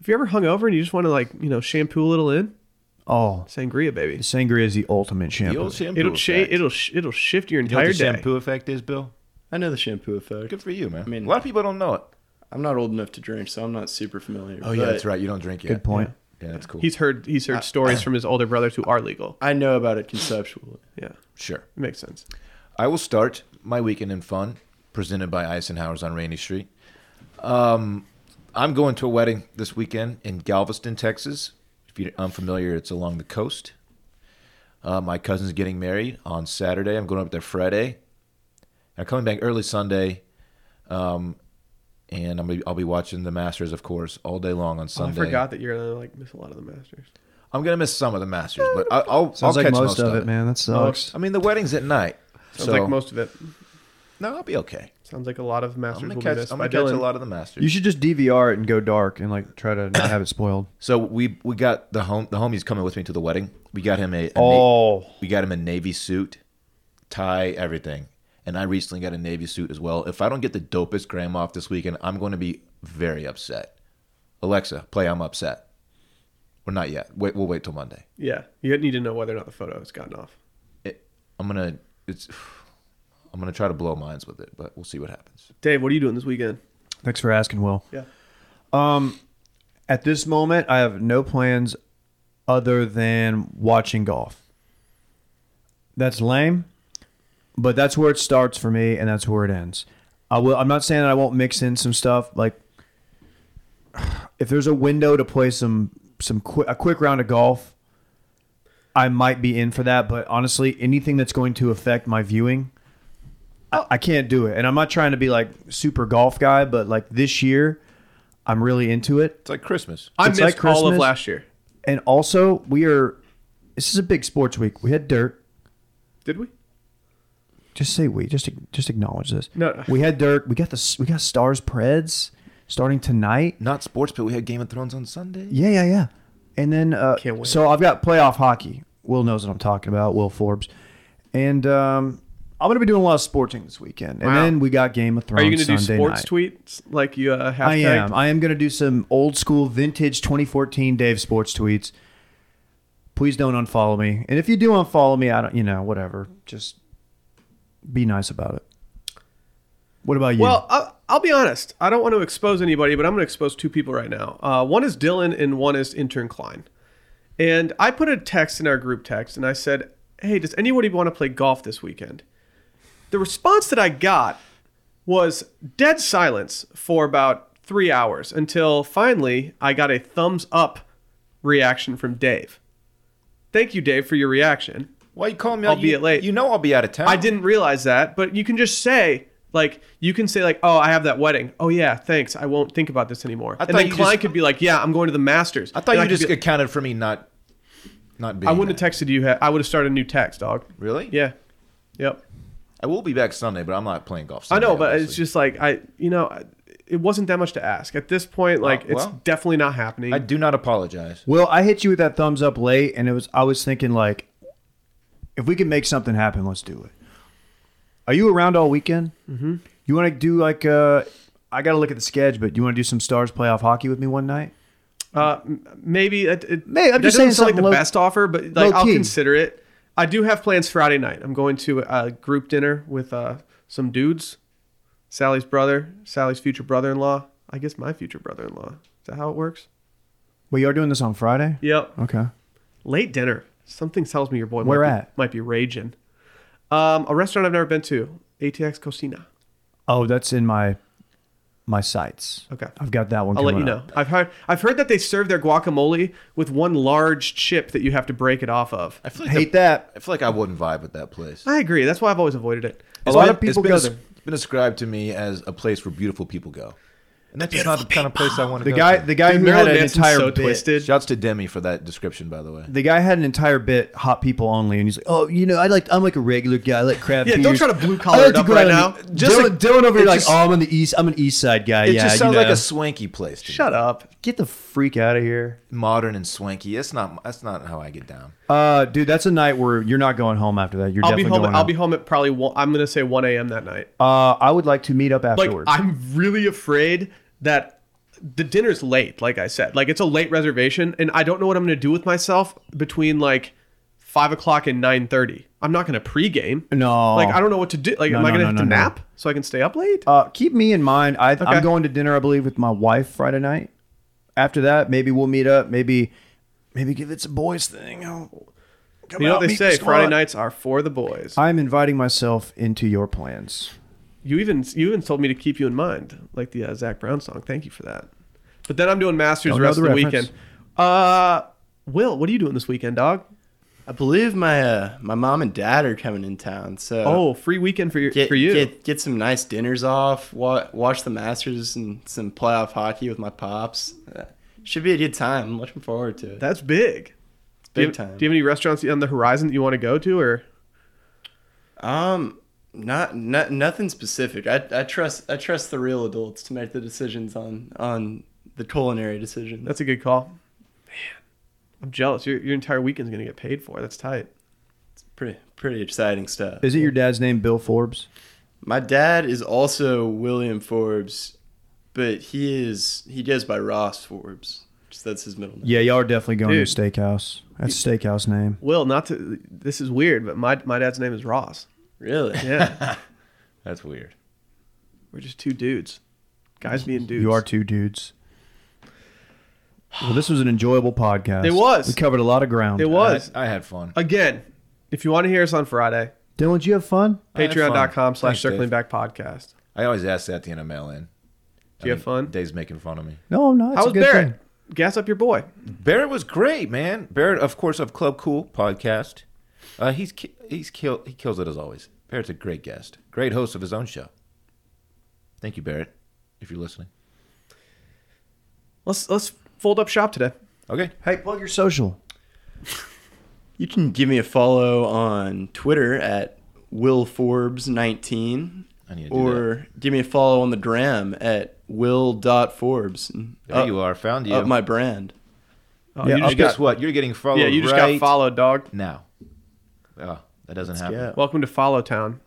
Speaker 1: If you're ever hungover and you just want to like you know shampoo a little in,
Speaker 2: Oh,
Speaker 1: sangria, baby.
Speaker 2: the sangria is the ultimate
Speaker 3: the
Speaker 2: shampoo.
Speaker 3: old shampoo
Speaker 1: It'll cha-
Speaker 3: effect.
Speaker 1: it'll sh- it'll shift your
Speaker 3: You know what
Speaker 1: entire
Speaker 3: the
Speaker 1: day.
Speaker 3: shampoo effect is, Bill?
Speaker 4: I know the shampoo effect.
Speaker 3: Good for you, man. I mean,
Speaker 4: mean-
Speaker 3: a lot of people don't know it.
Speaker 4: I'm not old enough to drink, so I'm not super familiar.
Speaker 3: Oh yeah,
Speaker 4: but
Speaker 3: that's right. You don't drink yet.
Speaker 2: Good point.
Speaker 3: Yeah, that's cool.
Speaker 1: He's heard he's
Speaker 3: Uh,
Speaker 1: heard stories from his older brothers who are legal.
Speaker 4: I know about it conceptually.
Speaker 1: Yeah, it
Speaker 3: sure.
Speaker 1: makes sense.
Speaker 3: I will start my weekend in fun, presented by Eisenhower's on Rainy Street. Um, I'm going to a wedding this weekend in Galveston, Texas. If you're unfamiliar, it's along the coast. Uh, my cousin's getting married on Saturday. I'm going up there Friday. I'm coming back early Sunday, um, and I'm gonna, I'll be watching the Masters, of course, all day long
Speaker 1: Oh,
Speaker 3: on
Speaker 1: I
Speaker 3: Sunday.
Speaker 1: forgot that you're gonna like miss a lot of the masters.
Speaker 3: I'm gonna miss some of the Masters, but I, I'll, I'll
Speaker 2: Sounds like
Speaker 3: catch
Speaker 2: most of it,
Speaker 3: it.
Speaker 2: man. That sucks.
Speaker 3: I mean, the wedding's at night,
Speaker 1: Sounds
Speaker 3: so
Speaker 1: like most of it.
Speaker 3: no, I'll be okay.
Speaker 1: Sounds like a lot of
Speaker 3: I'm
Speaker 1: masters
Speaker 3: gonna
Speaker 1: will
Speaker 3: catch.
Speaker 1: be missed
Speaker 3: I'm
Speaker 1: by
Speaker 3: gonna catch
Speaker 1: Dylan.
Speaker 3: a lot of the Masters.
Speaker 2: You should just DVR it and go dark and like try to not have it spoiled.
Speaker 3: So we we got the home the homie's coming with me to the wedding. We got him a, a na-
Speaker 2: Oh,
Speaker 3: we got him a navy suit, tie, everything. And I recently got a navy suit as well. If I don't get the dopest gram off this weekend, I'm going to be very upset. Alexa, play I'm upset. Well, not yet. Wait, we'll wait till Monday.
Speaker 1: Yeah, you need to know whether or not the photo has gotten off.
Speaker 3: It, I'm gonna. It's. [sighs] I'm gonna try to blow minds with it, but we'll see what happens.
Speaker 1: Dave, what are you doing this weekend?
Speaker 2: Thanks for asking, Will.
Speaker 1: Yeah.
Speaker 2: Um, at this moment, I have no plans other than watching golf. That's lame, but that's where it starts for me, and that's where it ends. I will. I'm not saying that I won't mix in some stuff. Like, if there's a window to play some some quick a quick round of golf, I might be in for that. But honestly, anything that's going to affect my viewing,
Speaker 1: Oh.
Speaker 2: I, I can't do it. And I'm not trying to be like super golf guy, but like this year, I'm really into it.
Speaker 3: It's like Christmas.
Speaker 1: I
Speaker 2: It's
Speaker 1: missed
Speaker 2: like
Speaker 1: all of
Speaker 2: Christmas.
Speaker 1: last year.
Speaker 2: And also, we are. This is a big sports week. We had dirt.
Speaker 1: Did we?
Speaker 2: Just say we. Just just acknowledge this.
Speaker 1: No.
Speaker 2: we had dirt. We got the we got Stars Preds starting tonight.
Speaker 3: Not sports, but we had Game of Thrones on Sunday.
Speaker 2: Yeah, yeah, yeah. And then uh,
Speaker 1: Can't wait.
Speaker 2: so I've got playoff hockey. Will knows what I'm talking about. Will Forbes, and um, I'm gonna be doing a lot of sporting this weekend. And
Speaker 1: Wow.
Speaker 2: then we got Game of
Speaker 1: Are
Speaker 2: Thrones.
Speaker 1: you going to do
Speaker 2: Sunday
Speaker 1: sports
Speaker 2: night.
Speaker 1: tweets like you uh, have?
Speaker 2: I am. I am going to do some old school vintage 2014 Dave sports tweets. Please don't unfollow me. And if you do unfollow me, I don't, you know, whatever. Just be nice about it. What about you?
Speaker 1: Well, I, I'll be honest. I don't want to expose anybody, but I'm going to expose two people right now. Uh, one is Dylan, and one is intern Klein. And I put a text in our group text, and I said, "Hey, does anybody want to play golf this weekend?" The response that I got was dead silence for about three hours until finally I got a thumbs up reaction from Dave. Thank you, Dave, for your reaction.
Speaker 3: Why you calling me?
Speaker 1: I'll
Speaker 3: out?
Speaker 1: be
Speaker 3: You-
Speaker 1: at late.
Speaker 3: You know I'll be out of town.
Speaker 1: I didn't realize that, but you can just say like you can say like, "Oh, I have that wedding. Oh yeah, thanks. I won't think about this anymore."
Speaker 3: I
Speaker 1: and
Speaker 3: thought
Speaker 1: then
Speaker 3: you
Speaker 1: Klein
Speaker 3: just-
Speaker 1: could be like, "Yeah, I'm going to the Masters."
Speaker 3: I thought
Speaker 1: And
Speaker 3: you
Speaker 1: could
Speaker 3: just
Speaker 1: be-
Speaker 3: accounted for me not, not being.
Speaker 1: I wouldn't
Speaker 3: there.
Speaker 1: have texted you. ha- I would have started a new text, dog.
Speaker 3: Really?
Speaker 1: Yeah. Yep.
Speaker 3: I will be back Sunday, but I'm not playing golf.
Speaker 1: I
Speaker 3: Sunday,
Speaker 1: know, but it's
Speaker 3: obviously.
Speaker 1: just like I, you know, I- it wasn't that much to ask at this point. Like it's
Speaker 3: well.
Speaker 1: definitely not happening.
Speaker 3: I do not apologize.
Speaker 2: Well, I hit you with that thumbs up late, and it was I was thinking like, if we can make something happen, let's do it. Are you around all weekend? Mm-hmm. You want to do like uh, I got to look at the schedule, but you want to do some Stars playoff hockey with me one night?
Speaker 1: Uh, m- maybe it, it,
Speaker 2: May- I'm
Speaker 1: that
Speaker 2: just
Speaker 1: doesn't
Speaker 2: saying
Speaker 1: sound like the
Speaker 2: something low-
Speaker 1: best offer, but like I'll
Speaker 2: low-key.
Speaker 1: consider it. I do have plans Friday night. I'm going to a group dinner with uh, some dudes. Sally's brother, Sally's future brother-in-law. I guess my future brother-in-law. Is that how it works?
Speaker 2: Well, you are doing this on Friday.
Speaker 1: Yep.
Speaker 2: Okay.
Speaker 1: Late dinner. Something tells me your boy
Speaker 2: Where
Speaker 1: might be,
Speaker 2: at?
Speaker 1: might be raging. Um, a restaurant I've never been to. ATX Cocina.
Speaker 2: Oh, that's in my my sights.
Speaker 1: Okay.
Speaker 2: I've got that one.
Speaker 1: I'll let you
Speaker 2: coming
Speaker 1: know.
Speaker 2: up.
Speaker 1: I've heard I've heard that they serve their guacamole with one large chip that you have to break it off of.
Speaker 3: I feel
Speaker 2: I
Speaker 3: like
Speaker 2: hate
Speaker 3: the-
Speaker 2: that.
Speaker 3: I feel like I wouldn't vibe with that place.
Speaker 1: I agree. That's why I've always avoided it.
Speaker 2: A
Speaker 3: It's
Speaker 2: lot
Speaker 3: been-
Speaker 2: of people
Speaker 3: it's been
Speaker 2: go
Speaker 3: as-
Speaker 2: there.
Speaker 3: It's been described to me as a place where beautiful people go, and that's just not the kind of place I want to
Speaker 2: The
Speaker 3: go.
Speaker 2: guy,
Speaker 3: to.
Speaker 2: the guy
Speaker 1: Dude,
Speaker 2: who had
Speaker 1: Marilyn
Speaker 2: an
Speaker 1: Manson's
Speaker 2: entire
Speaker 1: so
Speaker 2: bit.
Speaker 1: twisted.
Speaker 3: Shouts to Demi for that description, by the way.
Speaker 2: The guy had an entire bit. Hot people only, and he's like, "Oh, you know, I like. I'm like a regular guy. I like craft
Speaker 1: Yeah,
Speaker 2: beers.
Speaker 1: don't try to blue collar
Speaker 2: I like
Speaker 1: it
Speaker 2: to
Speaker 1: up
Speaker 2: go
Speaker 1: right
Speaker 2: down
Speaker 1: now.
Speaker 2: and-
Speaker 1: Just
Speaker 2: Dylan,
Speaker 1: like-
Speaker 2: Dylan over here,
Speaker 3: it
Speaker 2: like,
Speaker 3: just-
Speaker 2: oh, I'm on the east. I'm an east side guy.
Speaker 3: It
Speaker 2: yeah,
Speaker 3: just
Speaker 2: you
Speaker 3: sounds like
Speaker 2: know.
Speaker 3: a swanky place. To me.
Speaker 1: Shut up.
Speaker 2: Get the freak out of here,
Speaker 3: Modern and swanky. That's not. That's not how I get down.
Speaker 2: uh, dude. That's a night where you're not going home after that. You're
Speaker 1: I'll be
Speaker 2: definitely
Speaker 1: home.
Speaker 2: going.
Speaker 1: I'll
Speaker 2: out.
Speaker 1: be home at probably one, I'm gonna say 1 a.m. that night.
Speaker 2: Uh, I would like to meet up
Speaker 1: Like
Speaker 2: afterwards.
Speaker 1: I'm really afraid that the dinner's late. Like I said, like it's a late reservation, and I don't know what I'm gonna do with myself between like five o'clock and 9:30. I'm not gonna pregame.
Speaker 2: no,
Speaker 1: Like I don't know what to do. Like,
Speaker 2: Oh. No,
Speaker 1: am I
Speaker 2: no,
Speaker 1: gonna
Speaker 2: no,
Speaker 1: have
Speaker 2: no,
Speaker 1: to
Speaker 2: no.
Speaker 1: nap so I can stay up late?
Speaker 2: Uh, keep me in mind. I,
Speaker 1: Okay.
Speaker 2: I'm going to dinner, I believe, with my wife Friday night. After that, maybe we'll meet up. Maybe, maybe give it some boys thing. I'll come
Speaker 1: you know what
Speaker 2: out,
Speaker 1: they
Speaker 2: meet the
Speaker 1: say?
Speaker 2: squad.
Speaker 1: Friday nights are for the boys.
Speaker 2: I'm inviting myself into your plans.
Speaker 1: You even you even told me to keep you in mind, like the uh, Zach Brown song. Thank you for that. But then I'm doing masters
Speaker 2: Don't
Speaker 1: the
Speaker 2: know
Speaker 1: rest
Speaker 2: the
Speaker 1: of the
Speaker 2: reference.
Speaker 1: weekend. Uh, Will, what are you doing this weekend, dog?
Speaker 4: I believe my uh, my mom and dad are coming in town, so
Speaker 1: Oh, free weekend for your,
Speaker 4: Uh, get,
Speaker 1: for you.
Speaker 4: get get some nice dinners off, wa- watch the Masters and some playoff hockey with my pops. Uh, should be a good time. I'm looking forward to it.
Speaker 1: That's big. do you,
Speaker 4: big time.
Speaker 1: Do you have any restaurants on the horizon that you want to go to, or
Speaker 4: Um, not, not nothing specific. I, I trust I trust the real adults to make the decisions on on the culinary decisions.
Speaker 1: that's a good call. Man, I'm jealous. Your your entire weekend's gonna get paid for. That's tight.
Speaker 4: pretty pretty exciting stuff.
Speaker 2: Is it your dad's name, Bill Forbes?
Speaker 4: My dad is also William Forbes, but he is he goes by Ross Forbes. Just that's his middle name.
Speaker 2: Yeah, y'all are definitely going
Speaker 1: Dude.
Speaker 2: to a steakhouse. That's a steakhouse name.
Speaker 1: Will, not to. This is weird, but my my dad's name is Ross.
Speaker 4: Really? [laughs]
Speaker 1: Yeah,
Speaker 3: That's weird.
Speaker 1: we're just two dudes, guys being dudes.
Speaker 2: You are two dudes. Well, this was an enjoyable podcast.
Speaker 1: It was.
Speaker 2: We covered a lot of ground.
Speaker 1: It was
Speaker 3: I, I had
Speaker 1: Uh,
Speaker 3: fun.
Speaker 1: again. If you want to hear us on Friday,
Speaker 2: Dylan, did you have fun?
Speaker 3: I had fun.
Speaker 1: patreon.com slash
Speaker 3: Thanks,
Speaker 1: circling
Speaker 3: Dave.
Speaker 1: back podcast.
Speaker 3: I always ask that at the end of mail in.
Speaker 1: Do you have fun?
Speaker 3: Dave's making fun of me.
Speaker 2: No, I'm not. It's
Speaker 1: How
Speaker 2: a
Speaker 1: was
Speaker 2: good
Speaker 1: Barrett?
Speaker 2: thing.
Speaker 1: Gas up your boy.
Speaker 3: Barrett was great, man. Barrett, of course, of Club Cool podcast. Uh, he's ki- he's kill he kills it as always. Barrett's a great guest, great host of his own show. Thank you, Barrett, if you're listening.
Speaker 1: Let's let's fold up shop today.
Speaker 3: Okay,
Speaker 2: Hey, plug your social.
Speaker 4: You can give me a follow on Twitter at Will Forbes 19
Speaker 3: I need to do
Speaker 4: or give me a follow on the gram at will.forbes. and
Speaker 3: there
Speaker 1: Uh,
Speaker 4: up-
Speaker 3: you are. Found you.
Speaker 4: Up my brand.
Speaker 1: Oh,
Speaker 2: Yeah,
Speaker 1: you just
Speaker 3: And guess
Speaker 1: got,
Speaker 3: what? You're getting followed.
Speaker 1: yeah, you just
Speaker 3: right
Speaker 1: got followed, dog.
Speaker 3: now. Oh, that doesn't happen.
Speaker 4: Yeah.
Speaker 1: Welcome to Follow Town.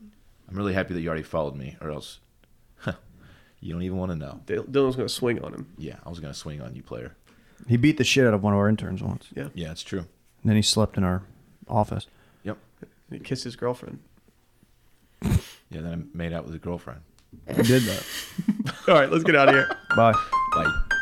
Speaker 3: I'm really happy that you already followed me, or else [laughs] you don't even want to know.
Speaker 1: Dil- Dylan's gonna swing on him.
Speaker 3: Yeah, I was gonna swing on you, player.
Speaker 2: He beat the shit out of one of our interns once.
Speaker 3: Yeah, it's true.
Speaker 2: And then he slept in our office.
Speaker 3: Yep.
Speaker 1: He kissed his girlfriend.
Speaker 3: Yeah, then I made out with his girlfriend.
Speaker 2: He did that.
Speaker 1: [laughs] All right, let's get out of here.
Speaker 2: Bye.
Speaker 3: Bye.